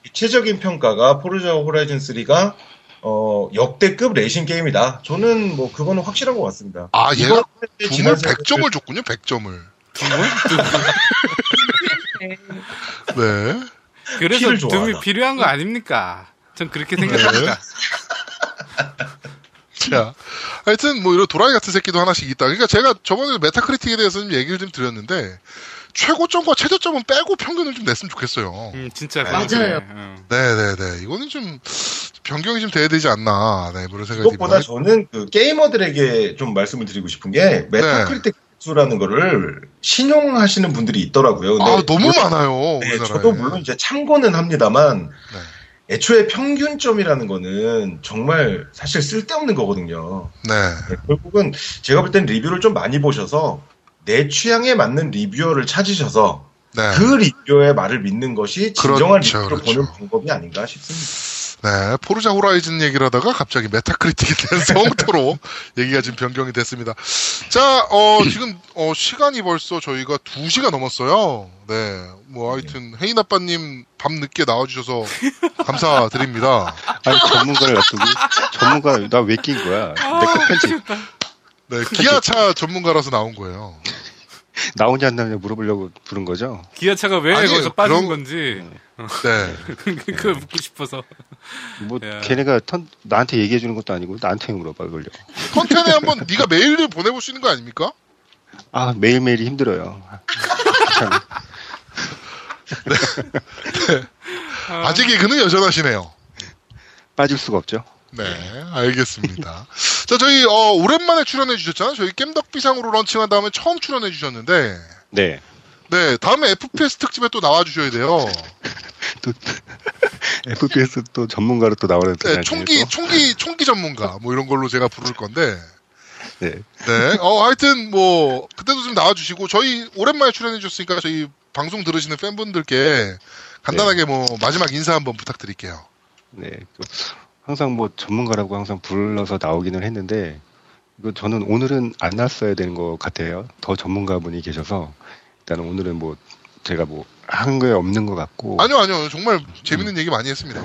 [SPEAKER 5] 유체적인 평가가 포르자 호라이즌 3가 어 역대급 레이싱 게임이다. 저는 뭐 그거는 확실한 것 같습니다.
[SPEAKER 1] 아, 얘가
[SPEAKER 5] 이거
[SPEAKER 1] 둠을 100점을 줬군요. 100점을. 네.
[SPEAKER 3] 그래서
[SPEAKER 5] 피를 좋아하나.
[SPEAKER 3] 둠이 필요한 거 아닙니까? 전 그렇게 생각합니다.
[SPEAKER 1] 자, 하여튼 뭐 이런 도라이 같은 새끼도 하나씩 있다. 그러니까 제가 저번에 메타크리틱에 대해서 좀 얘기를 좀 드렸는데 최고점과 최저점은 빼고 평균을 좀 냈으면 좋겠어요.
[SPEAKER 5] 네.
[SPEAKER 3] 음, 진짜
[SPEAKER 5] 맞아요.
[SPEAKER 3] 그래. 음.
[SPEAKER 1] 네네네. 이거는 좀 변경이 좀 돼야 되지 않나. 네, 그런 생각이
[SPEAKER 5] 그것보다
[SPEAKER 1] 듭니다.
[SPEAKER 5] 저는 그 게이머들에게 좀 말씀을 드리고 싶은
[SPEAKER 1] 네.
[SPEAKER 5] 게 메타크리틱 수라는 거를 신용하시는 분들이 있더라고요. 근데
[SPEAKER 1] 아, 너무
[SPEAKER 5] 물론-
[SPEAKER 1] 많아요.
[SPEAKER 5] 네,
[SPEAKER 1] 우리나라에. 네.
[SPEAKER 5] 저도 물론 이제 참고는 합니다만 애초에 평균점이라는 거는 정말 사실 쓸데없는 거거든요.
[SPEAKER 1] 네.
[SPEAKER 5] 네, 결국은 제가 볼 땐 리뷰를 좀 많이 보셔서 내 취향에 맞는 리뷰어를 찾으셔서
[SPEAKER 1] 네.
[SPEAKER 5] 그 리뷰어의 말을 믿는 것이 진정한
[SPEAKER 1] 그렇죠,
[SPEAKER 5] 리뷰를
[SPEAKER 1] 그렇죠.
[SPEAKER 5] 보는 방법이 아닌가 싶습니다.
[SPEAKER 1] 네, 포르자 호라이즌 얘기를 하다가 갑자기 메타크리틱에 대한 성토로 얘기가 지금 변경이 됐습니다. 자, 어, 지금, 어, 시간이 벌써 저희가 2시가 넘었어요. 네, 뭐, 하여튼, 혜인아빠님 밤 늦게 나와주셔서 감사드립니다.
[SPEAKER 4] 아니 전문가를 놔두고 전문가 나 왜 낀 거야?
[SPEAKER 1] 아,
[SPEAKER 4] 내거 편집
[SPEAKER 1] 네, 기아차 전문가라서 나온 거예요.
[SPEAKER 4] 나 혼자 한다며 물어보려고 부른 거죠?
[SPEAKER 3] 기아차가 왜
[SPEAKER 1] 아니에요.
[SPEAKER 3] 거기서 빠진
[SPEAKER 1] 그런-
[SPEAKER 3] 건지
[SPEAKER 1] 네,
[SPEAKER 3] 그걸 묻고 싶어서
[SPEAKER 4] 뭐
[SPEAKER 3] 야.
[SPEAKER 4] 걔네가 턴, 나한테 얘기해 주는 것도 아니고 나한테 물어봐 그걸요.
[SPEAKER 1] 컨텐에 한번 네가 메일을 보내볼 수 있는 거 아닙니까?
[SPEAKER 4] 아 매일 매일이 힘들어요. 귀찮아.
[SPEAKER 1] 아직 개그는 여전하시네요.
[SPEAKER 4] 빠질 수가 없죠.
[SPEAKER 1] 네, 알겠습니다. 자, 저희, 어, 오랜만에 출연해 주셨잖아요. 저희 겜덕비상으로 런칭한 다음에 처음 출연해 주셨는데,
[SPEAKER 4] 네.
[SPEAKER 1] 네, 다음에 FPS 특집에 또 나와주셔야 돼요. 네,
[SPEAKER 4] 또 FPS 또 전문가로 또 나오는
[SPEAKER 1] 네, 총기, 총기, 총기 전문가, 뭐 이런 걸로 제가 부를 건데,
[SPEAKER 4] 네.
[SPEAKER 1] 네. 어, 하여튼 뭐 그때도 좀 나와주시고 저희 오랜만에 출연해 주셨으니까 저희 방송 들으시는 팬분들께 간단하게 뭐 마지막 인사 한번 부탁드릴게요.
[SPEAKER 4] 네. 그 항상 뭐 전문가라고 항상 불러서 나오기는 했는데 이거 저는 오늘은 안 났어야 되는 것 같아요. 더 전문가분이 계셔서 일단 오늘은 뭐 제가 뭐 한 거에 없는 것 같고
[SPEAKER 1] 아니요, 아니요. 정말 재밌는
[SPEAKER 4] 음.
[SPEAKER 1] 얘기 많이 했습니다.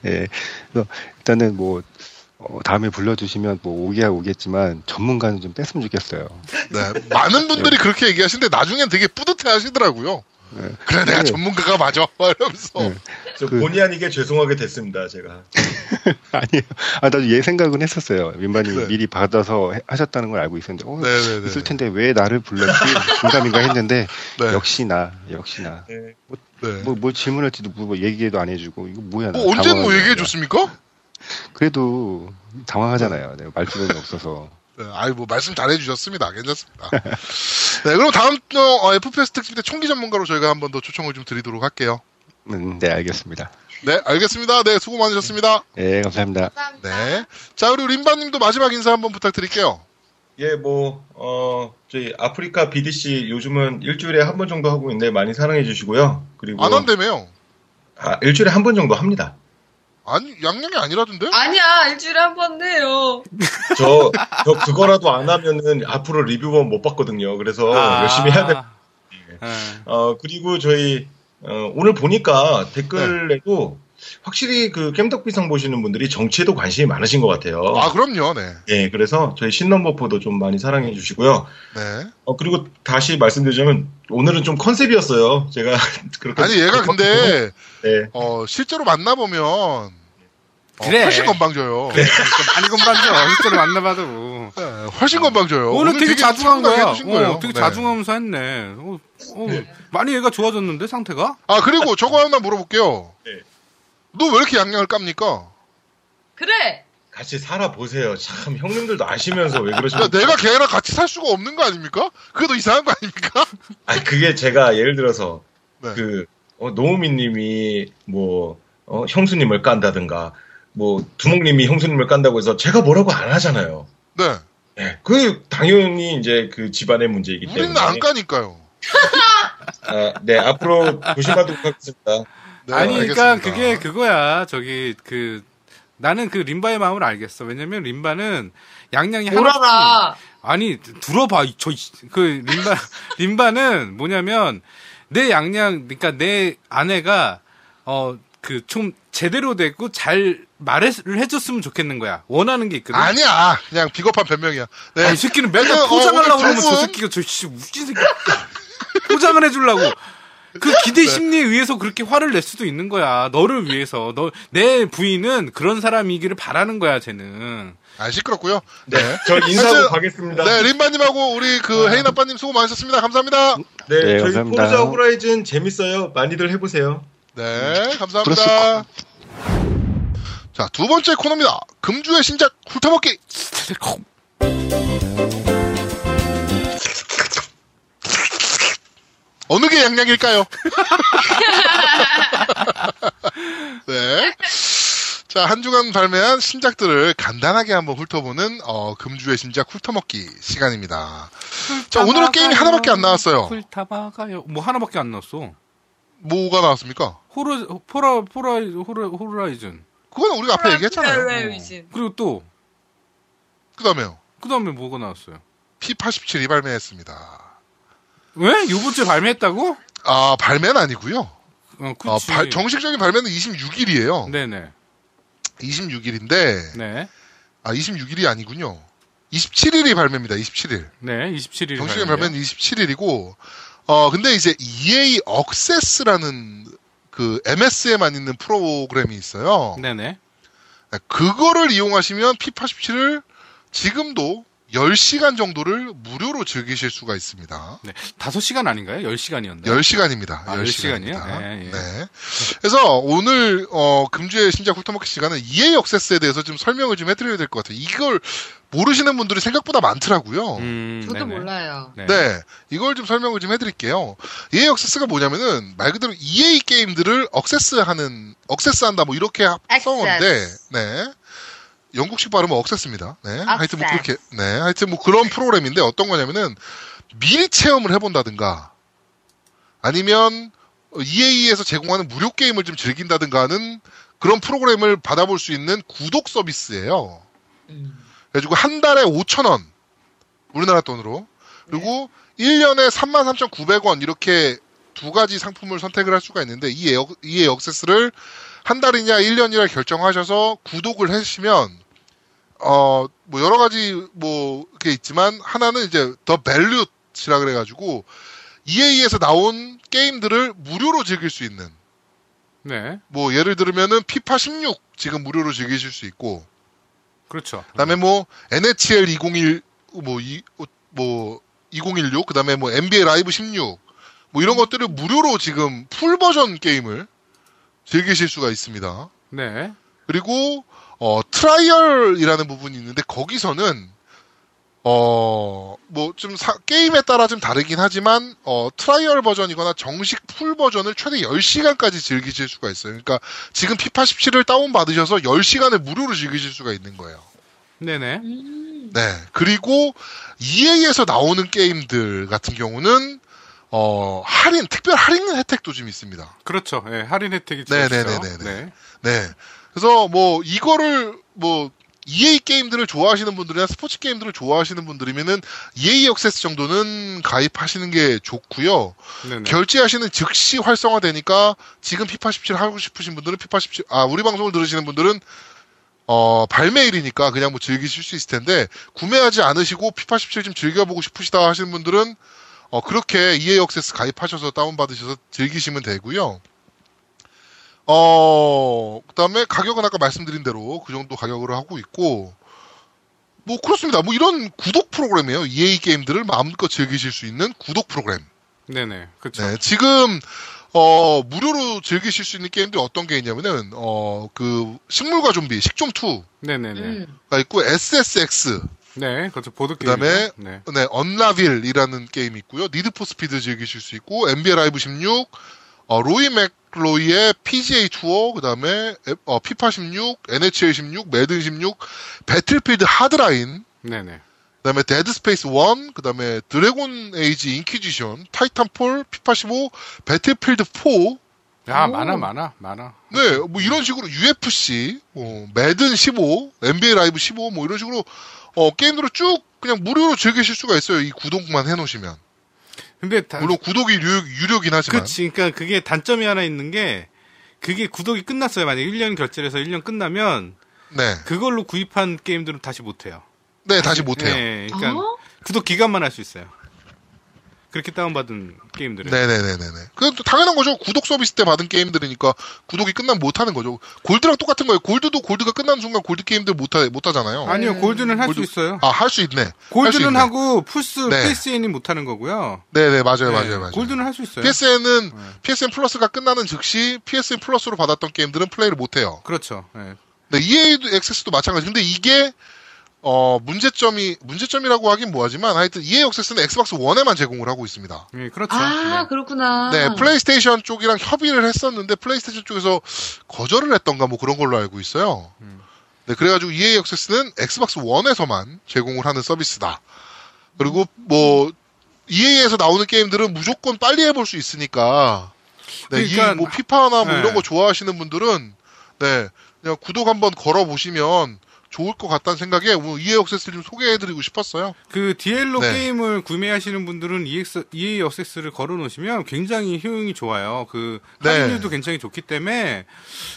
[SPEAKER 1] 네.
[SPEAKER 4] 예. 그래서 일단은 뭐 어, 다음에 불러주시면 뭐 오기야 오겠지만 전문가는 좀 뺐으면 좋겠어요.
[SPEAKER 1] 네, 많은 분들이 그렇게 얘기하시는데 나중엔 되게 뿌듯해 하시더라고요.
[SPEAKER 4] 네.
[SPEAKER 1] 그래, 내가
[SPEAKER 4] 네.
[SPEAKER 1] 전문가가 맞아. 막 이러면서.
[SPEAKER 4] 네.
[SPEAKER 5] 저
[SPEAKER 4] 그-
[SPEAKER 5] 본의 아니게 죄송하게 됐습니다, 제가.
[SPEAKER 4] 아니에요. 아, 나도 얘 생각은 했었어요. 민반이
[SPEAKER 1] 네.
[SPEAKER 4] 미리 받아서 해- 하셨다는 걸 알고 있었는데, 어,
[SPEAKER 1] 네네네.
[SPEAKER 4] 있을 텐데 왜 나를 불렀지? 중감인가 했는데
[SPEAKER 1] 네.
[SPEAKER 4] 역시나 역시나
[SPEAKER 5] 네.
[SPEAKER 1] 네. 뭐,
[SPEAKER 4] 뭐, 뭘 질문할지도 뭐, 뭐 얘기해도 안 해주고 이거 뭐야? 나
[SPEAKER 1] 언제 뭐
[SPEAKER 4] 당황하잖아.
[SPEAKER 1] 얘기해 줬습니까?
[SPEAKER 4] 그래도 당황하잖아요. 내가 말주변이 없어서.
[SPEAKER 1] 네, 아이, 뭐, 말씀 잘 해주셨습니다. 괜찮습니다. 네, 그럼 다음, 어, FPS 특집 때 총기 전문가로 저희가 한 번 더 초청을 좀 드리도록 할게요.
[SPEAKER 4] 음, 네 알겠습니다.
[SPEAKER 1] 네, 알겠습니다. 네, 수고 많으셨습니다.
[SPEAKER 4] 네 감사합니다.
[SPEAKER 1] 네. 자, 우리 림바님도 마지막 인사 한번 부탁드릴게요.
[SPEAKER 5] 예, 뭐, 어, 저희 아프리카 BDC 요즘은 일주일에 한 번 정도 하고 있는데 많이 사랑해주시고요. 그리고.
[SPEAKER 3] 네.
[SPEAKER 1] 안 한다며요.
[SPEAKER 5] 아, 일주일에 한 번 정도 합니다.
[SPEAKER 1] 아니, 양양이 아니라던데?
[SPEAKER 2] 아니야, 일주일에 한 번 해요.
[SPEAKER 5] 저, 저 그거라도 안 하면은 앞으로 리뷰원 못 받거든요. 그래서 어,
[SPEAKER 1] 아.
[SPEAKER 5] 열심히 해야 돼.
[SPEAKER 3] 아. 예.
[SPEAKER 5] 어, 그리고 저희, 어, 오늘 보니까 댓글에도
[SPEAKER 1] 네.
[SPEAKER 5] 확실히 그 겜덕비상 보시는 분들이 정치에도 관심이 많으신 것 같아요.
[SPEAKER 3] 어.
[SPEAKER 1] 아, 그럼요. 네.
[SPEAKER 5] 예, 그래서 저희 신넘버포도 좀 많이 사랑해 주시고요.
[SPEAKER 1] 네.
[SPEAKER 5] 어, 그리고 다시 말씀드리자면 오늘은 좀 컨셉이었어요. 제가 그렇게.
[SPEAKER 1] 아니,
[SPEAKER 3] 어.
[SPEAKER 1] 얘가 근데,
[SPEAKER 5] 네.
[SPEAKER 1] 어, 실제로 만나보면 어,
[SPEAKER 3] 그래.
[SPEAKER 1] 훨씬 건방져요.
[SPEAKER 3] 그러니까 많이 건방져. 실제로 만나봐도.
[SPEAKER 1] 네, 훨씬 건방져요.
[SPEAKER 3] 오늘 되게 자중한
[SPEAKER 1] 차분하게
[SPEAKER 3] 거야.
[SPEAKER 1] 해주신 거예요.
[SPEAKER 3] 어, 되게
[SPEAKER 1] 네.
[SPEAKER 3] 자중하면서 했네. 어, 어, 많이 얘가 좋아졌는데 상태가?
[SPEAKER 1] 아 그리고 저거 하나 물어볼게요.
[SPEAKER 5] 네.
[SPEAKER 1] 너 왜 이렇게 양양을 깝니까?
[SPEAKER 2] 그래!
[SPEAKER 5] 같이 살아보세요. 참, 형님들도 아시면서 왜 그러시는
[SPEAKER 1] 그러니까 내가 걔랑 같이 살 수가 없는 거 아닙니까? 그게 더 이상한 거 아닙니까?
[SPEAKER 5] 아니, 그게 제가 예를 들어서,
[SPEAKER 1] 네.
[SPEAKER 5] 그, 어, 노우미 님이, 뭐, 어, 형수님을 깐다든가, 뭐, 두목님이 형수님을 깐다고 해서 제가 뭐라고 안 하잖아요.
[SPEAKER 1] 네.
[SPEAKER 5] 예, 그, 당연히 이제 그 집안의 문제이기 때문에.
[SPEAKER 1] 우리는 안 까니까요.
[SPEAKER 5] 아, 네, 앞으로 조심하도록 하겠습니다.
[SPEAKER 1] 네,
[SPEAKER 3] 아니, 그러니까
[SPEAKER 1] 알겠습니다.
[SPEAKER 3] 그게 그거야. 저기 그 나는 그 림바의 마음을 알겠어. 왜냐면 림바는 양양이 하나씩
[SPEAKER 2] 몰아라.
[SPEAKER 3] 아니 들어봐 저 그 림바 림바는 뭐냐면 내 양양 그러니까 내 아내가 어 그 좀 제대로 되고 잘 말을 해줬으면 좋겠는 거야 원하는 게 있거든.
[SPEAKER 1] 아니야. 그냥 비겁한 변명이야. 네.
[SPEAKER 3] 아니, 이 새끼는 맨날
[SPEAKER 1] 그래서,
[SPEAKER 3] 포장하려고
[SPEAKER 1] 어, 오늘
[SPEAKER 3] 그러면
[SPEAKER 1] 두
[SPEAKER 3] 저
[SPEAKER 1] 분-
[SPEAKER 3] 새끼가 저씨 웃긴 새끼 포장을 해주려고 그
[SPEAKER 1] 네.
[SPEAKER 3] 기대 심리에 의해서 그렇게 화를 낼 수도 있는 거야 너를 위해서 너 내 부인은 그런 사람이기를 바라는 거야 쟤는
[SPEAKER 1] 아 시끄럽고요.
[SPEAKER 5] 네,
[SPEAKER 1] 네.
[SPEAKER 5] 저 인사하고
[SPEAKER 1] 하여튼,
[SPEAKER 5] 가겠습니다.
[SPEAKER 1] 네, 림바님하고 우리 그 헤인 아빠님 수고 많으셨습니다. 감사합니다.
[SPEAKER 5] 네,
[SPEAKER 4] 네,
[SPEAKER 5] 저희
[SPEAKER 4] 감사합니다.
[SPEAKER 5] 포르자 호라이즌 재밌어요. 많이들 해보세요.
[SPEAKER 1] 네, 감사합니다.
[SPEAKER 4] 브루스
[SPEAKER 1] 자, 두 번째 코너입니다. 금주의 신작 훑어먹기. 어느 게 양양일까요? 네. 자, 한 주간 발매한 신작들을 간단하게 한번 훑어보는 어, 금주의 신작 훑어먹기 시간입니다. 자, 오늘은 게임이 하나밖에 안 나왔어요.
[SPEAKER 3] 쿨타바가요 뭐 하나밖에 안 나왔어
[SPEAKER 1] 뭐가 나왔습니까?
[SPEAKER 3] 호로 포라 포라 호라 호라이즌 어.
[SPEAKER 1] 그건 우리가 앞에 얘기했잖아요.
[SPEAKER 3] 네,
[SPEAKER 1] 음.
[SPEAKER 2] 텔레비전.
[SPEAKER 3] 그리고 또
[SPEAKER 1] 그 다음에요.
[SPEAKER 3] 그다음에 뭐가 나왔어요
[SPEAKER 1] P87이 발매했습니다.
[SPEAKER 3] 왜 요번 주에 발매했다고
[SPEAKER 1] 아, 발매는 아니고요.
[SPEAKER 3] 어, 그치.
[SPEAKER 1] 어, 발- 정식적인 발매는 26일이에요.
[SPEAKER 3] 네네
[SPEAKER 1] 26일인데
[SPEAKER 3] 네네
[SPEAKER 1] 아 26일이 아니군요. 27일이 발매입니다. 27일.
[SPEAKER 3] 네, 27일
[SPEAKER 1] 정식적인 발매는 27일이고 어 근데 이제 EA 억세스라는 그 MS에만 있는 프로그램이 있어요.
[SPEAKER 3] 네네
[SPEAKER 1] 그거를 이용하시면 P87을 지금도 10시간 정도를 무료로 즐기실 수가 있습니다.
[SPEAKER 3] 네. 5시간 아닌가요? 10시간이었나요?
[SPEAKER 1] 10시간입니다.
[SPEAKER 3] 네. 아, 10시간 이요? 예, 예.
[SPEAKER 1] 네. 그래서 오늘 어, 금주의 신작 훑어먹기 시간은 EA 억세스에 대해서 좀 설명을 좀 해드려야 될 것 같아요. 이걸 모르시는 분들이 생각보다 많더라고요.
[SPEAKER 3] 음,
[SPEAKER 2] 저도
[SPEAKER 3] 네네.
[SPEAKER 2] 몰라요.
[SPEAKER 3] 네.
[SPEAKER 1] 네. 이걸 좀 설명을 좀 해드릴게요. EA 억세스가 뭐냐면은 말 그대로 EA 게임들을 억세스하는, 억세스한다 뭐 이렇게 합성어인데, 네. 영국식 발음은 억세스입니다. 네. 하여튼 뭐
[SPEAKER 2] 억세스.
[SPEAKER 1] 그렇게, 네. 하여튼 뭐 그런 프로그램인데 어떤 거냐면은 미리 체험을 해본다든가 아니면 EA에서 제공하는 무료 게임을 좀 즐긴다든가 하는 그런 프로그램을 받아볼 수 있는 구독 서비스예요. 그래가지고 한 달에 5천 원 우리나라 돈으로 그리고 1년에 33,900원 이렇게 두 가지 상품을 선택을 할 수가 있는데 이 에어- 이 액세스를 한 달이냐 1년이냐 결정하셔서 구독을 하시면 어 뭐 여러 가지 뭐 이렇게 있지만 하나는 이제 더 밸류치라 그래가지고 EA에서 나온 게임들을 무료로 즐길 수 있는
[SPEAKER 3] 네.
[SPEAKER 1] 뭐 예를 들면은 피파 16 지금 무료로 즐기실 수 있고
[SPEAKER 3] 그렇죠.
[SPEAKER 1] 그다음에 뭐 NHL 201 뭐 이 뭐 2016 그다음에 뭐 NBA 라이브 16 뭐 이런 것들을 무료로 지금 풀 버전 게임을 즐기실 수가 있습니다.
[SPEAKER 3] 네.
[SPEAKER 1] 그리고 어 트라이얼이라는 부분이 있는데 거기서는 어 뭐 좀 게임에 따라 좀 다르긴 하지만 어 트라이얼 버전이거나 정식 풀 버전을 최대 10시간까지 즐기실 수가 있어요. 그러니까 지금 피파 17을 다운 받으셔서 10시간을 무료로 즐기실 수가 있는 거예요.
[SPEAKER 3] 네네.
[SPEAKER 1] 네. 그리고 EA에서 나오는 게임들 같은 경우는 어, 할인 특별 할인 혜택도 좀 있습니다.
[SPEAKER 3] 그렇죠. 예, 할인 혜택이
[SPEAKER 1] 네,
[SPEAKER 3] 있어요.
[SPEAKER 1] 네, 네, 네, 네.
[SPEAKER 3] 네.
[SPEAKER 1] 네. 그래서 뭐 이거를 뭐 EA 게임들을 좋아하시는 분들이나 스포츠 게임들을 좋아하시는 분들이면은 EA 액세스 정도는 가입하시는 게 좋고요.
[SPEAKER 3] 네네.
[SPEAKER 1] 결제하시는 즉시 활성화되니까 지금 피파 17 하고 싶으신 분들은 피파 17, 아, 우리 방송을 들으시는 분들은 어, 발매일이니까 그냥 뭐 즐기실 수 있을 텐데, 구매하지 않으시고 피파 17 좀 즐겨보고 싶으시다 하시는 분들은 어, 그렇게 EA 억세스 가입하셔서 다운받으셔서 즐기시면 되고요 어, 그 다음에 가격은 아까 말씀드린 대로 그 정도 가격으로 하고 있고, 뭐 그렇습니다. 뭐 이런 구독 프로그램이에요. EA 게임들을 마음껏 즐기실 수 있는 구독 프로그램.
[SPEAKER 3] 네네. 그렇죠.
[SPEAKER 1] 네, 지금 어, 무료로 즐기실 수 있는 게임들이 어떤 게 있냐면은 어, 그 식물과 좀비 식좀 2가
[SPEAKER 3] 네. 네네. 네.
[SPEAKER 1] 있고 SSX
[SPEAKER 3] 네. 그렇죠. 보드 게임.
[SPEAKER 1] 그다음에
[SPEAKER 3] 네.
[SPEAKER 1] 네, 언라빌이라는 게임이 있고요. 니드포 스피드 즐기실 수 있고 NBA 라이브 16 어, 로이 맥로이의 PGA 투어 그다음에 에- 어, 피파 16, NHL 16, 매든 16, 배틀필드 하드라인
[SPEAKER 3] 네네.
[SPEAKER 1] 그다음에 데드 스페이스 1, 그다음에 드래곤 에이지 인퀴지션, 타이탄폴, 피파 15, 배틀필드 4
[SPEAKER 3] 야,
[SPEAKER 2] 오.
[SPEAKER 3] 많아 많아 많아.
[SPEAKER 1] 네, 뭐 이런 식으로 UFC, 뭐 매든 15, NBA 라이브 15, 뭐 이런 식으로 어, 게임들을 쭉 그냥 무료로 즐기실 수가 있어요. 이 구독만 해놓으시면
[SPEAKER 3] 근데 다,
[SPEAKER 1] 물론 구독이 유, 료긴 하지만
[SPEAKER 3] 그치. 그러니까 그게 단점이 하나 있는 게 그게 구독이 끝났어요. 만약 에 1년 결제를 해서 1년 끝나면
[SPEAKER 1] 네,
[SPEAKER 3] 그걸로 구입한 게임들은 다시 못 해요.
[SPEAKER 1] 네 다시 못해요. 네,
[SPEAKER 3] 네, 그러니까
[SPEAKER 2] 어?
[SPEAKER 3] 구독 기간만 할 수 있어요. 그렇게 다운받은 게임들은.
[SPEAKER 1] 네, 네, 네, 네. 그건 또 당연한 거죠. 구독 서비스 때 받은 게임들이니까 구독이 끝나면 못하는 거죠. 골드랑 똑같은 거예요. 골드도 골드가 끝나는 순간 골드 게임들 못하 못하잖아요.
[SPEAKER 3] 어. 아니요, 골드는 할 수
[SPEAKER 1] 음. 골드-
[SPEAKER 3] 있어요.
[SPEAKER 1] 아 할 수 있네. 할수
[SPEAKER 3] 골드는
[SPEAKER 1] 있네.
[SPEAKER 3] 하고 플스
[SPEAKER 1] 네.
[SPEAKER 3] PSN이 못 하는 거고요.
[SPEAKER 1] 네, 네, 맞아요,
[SPEAKER 3] 네,
[SPEAKER 1] 맞아요, 맞아요.
[SPEAKER 3] 골드는 네. 할 수 있어요.
[SPEAKER 1] PSN은 PSN 플러스가 끝나는 즉시 PSN 플러스로 받았던 게임들은 플레이를 못해요.
[SPEAKER 3] 그렇죠. 네.
[SPEAKER 1] 네, EA도 액세스도 마찬가지. 근데 이게 어 문제점이 문제점이라고 하긴 뭐하지만 하여튼 EA 액세스는 엑스박스 원에만 제공을 하고 있습니다.
[SPEAKER 3] 네, 그렇죠.
[SPEAKER 2] 아,
[SPEAKER 3] 네.
[SPEAKER 2] 그렇구나.
[SPEAKER 1] 네, 플레이스테이션 쪽이랑 협의를 했었는데 플레이스테이션 쪽에서 거절을 했던가 뭐 그런 걸로 알고 있어요.
[SPEAKER 3] 음.
[SPEAKER 1] 네, 그래가지고 EA 액세스는 엑스박스 원에서만 제공을 하는 서비스다. 그리고 뭐 EA에서 나오는 게임들은 무조건 빨리 해볼 수 있으니까 네,
[SPEAKER 3] 그러니까-
[SPEAKER 1] 이 뭐 피파나 뭐
[SPEAKER 3] 네.
[SPEAKER 1] 이런 거 좋아하시는 분들은 네, 그냥 구독 한번 걸어 보시면 좋을 것 같다는 생각에 뭐 EA 액세스를 좀 소개해드리고 싶었어요.
[SPEAKER 3] 그 디엘로
[SPEAKER 1] 네.
[SPEAKER 3] 게임을 구매하시는 분들은 EX, EA 어세스를 걸어놓으시면 굉장히 효용이 좋아요. 그
[SPEAKER 1] 네.
[SPEAKER 3] 할인율도 굉장히 좋기 때문에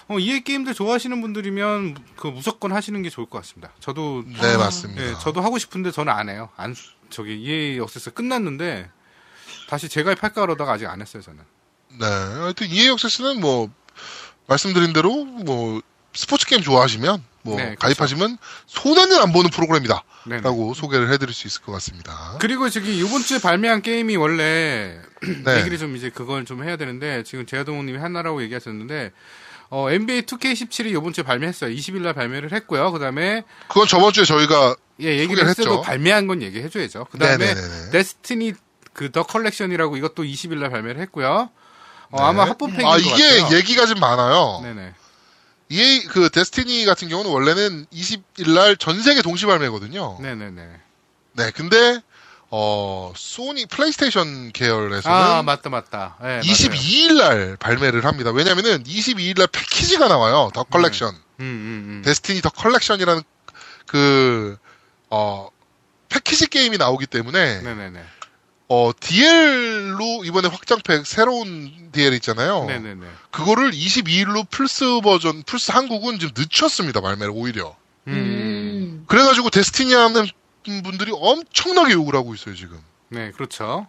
[SPEAKER 3] 어, EA 게임들 좋아하시는 분들이면 그 무조건 하시는 게 좋을 것 같습니다. 저도
[SPEAKER 1] 네, 맞습니다.
[SPEAKER 3] 예, 저도 하고 싶은데 저는 안 해요. 안 수- 저기 EA 어세스 끝났는데 다시 재가입할까 그러다가 아직 안 했어요 저는.
[SPEAKER 1] 네. 하여튼 EA 액세스는 뭐 말씀드린 대로 뭐 스포츠 게임 좋아하시면 뭐
[SPEAKER 3] 네, 그렇죠.
[SPEAKER 1] 가입하시면 손해는 안 보는 프로그램이다라고
[SPEAKER 3] 네.
[SPEAKER 1] 소개를 해드릴 수 있을 것 같습니다.
[SPEAKER 3] 그리고 저기 이번 주에 발매한 게임이 원래
[SPEAKER 1] 네.
[SPEAKER 3] 그 얘기를 좀 이제 그걸 좀 해야 되는데 지금 제아동우님이 하나라고 얘기하셨는데 어, NBA 2K17이 이번 주에 발매했어요. 20일 날 발매를 했고요. 그다음에
[SPEAKER 1] 그건 저번 주에 저희가
[SPEAKER 3] 예 얘기를
[SPEAKER 1] 소개를
[SPEAKER 3] 했어도
[SPEAKER 1] 했죠.
[SPEAKER 3] 발매한 건 얘기해 줘야죠. 그다음에
[SPEAKER 1] 네네네네.
[SPEAKER 3] 데스티니 그 더 컬렉션이라고 이것도 20일 날 발매를 했고요. 어, 아마
[SPEAKER 1] 네.
[SPEAKER 3] 합본팩인
[SPEAKER 1] 아
[SPEAKER 3] 것 같아요.
[SPEAKER 1] 이게 얘기가 좀 많아요.
[SPEAKER 3] 네네.
[SPEAKER 1] EA 그 데스티니 같은 경우는 원래는 20일 날 전 세계 동시 발매거든요. 네.
[SPEAKER 3] 네네네.
[SPEAKER 1] 근데 어 소니 플레이스테이션 계열에서는
[SPEAKER 3] 아 맞다 맞다. 네,
[SPEAKER 1] 22일 날 발매를 합니다. 왜냐면은 22일 날 패키지가 나와요.
[SPEAKER 3] 음.
[SPEAKER 1] 더 컬렉션.
[SPEAKER 3] 음음 음.
[SPEAKER 1] 데스티니 더 컬렉션이라는 그 어, 패키지 게임이 나오기 때문에
[SPEAKER 3] 네네네.
[SPEAKER 1] 어, DL로 이번에 확장팩 새로운 DL 있잖아요.
[SPEAKER 3] 네네네. 음,
[SPEAKER 1] 그거를 22일로 플스 버전, 플스 한국은 지금 늦췄습니다, 말매를 오히려.
[SPEAKER 3] 음.
[SPEAKER 2] 음.
[SPEAKER 1] 그래가지고 데스티니 하는 분들이 엄청나게 욕을 하고 있어요, 지금.
[SPEAKER 3] 네 그렇죠.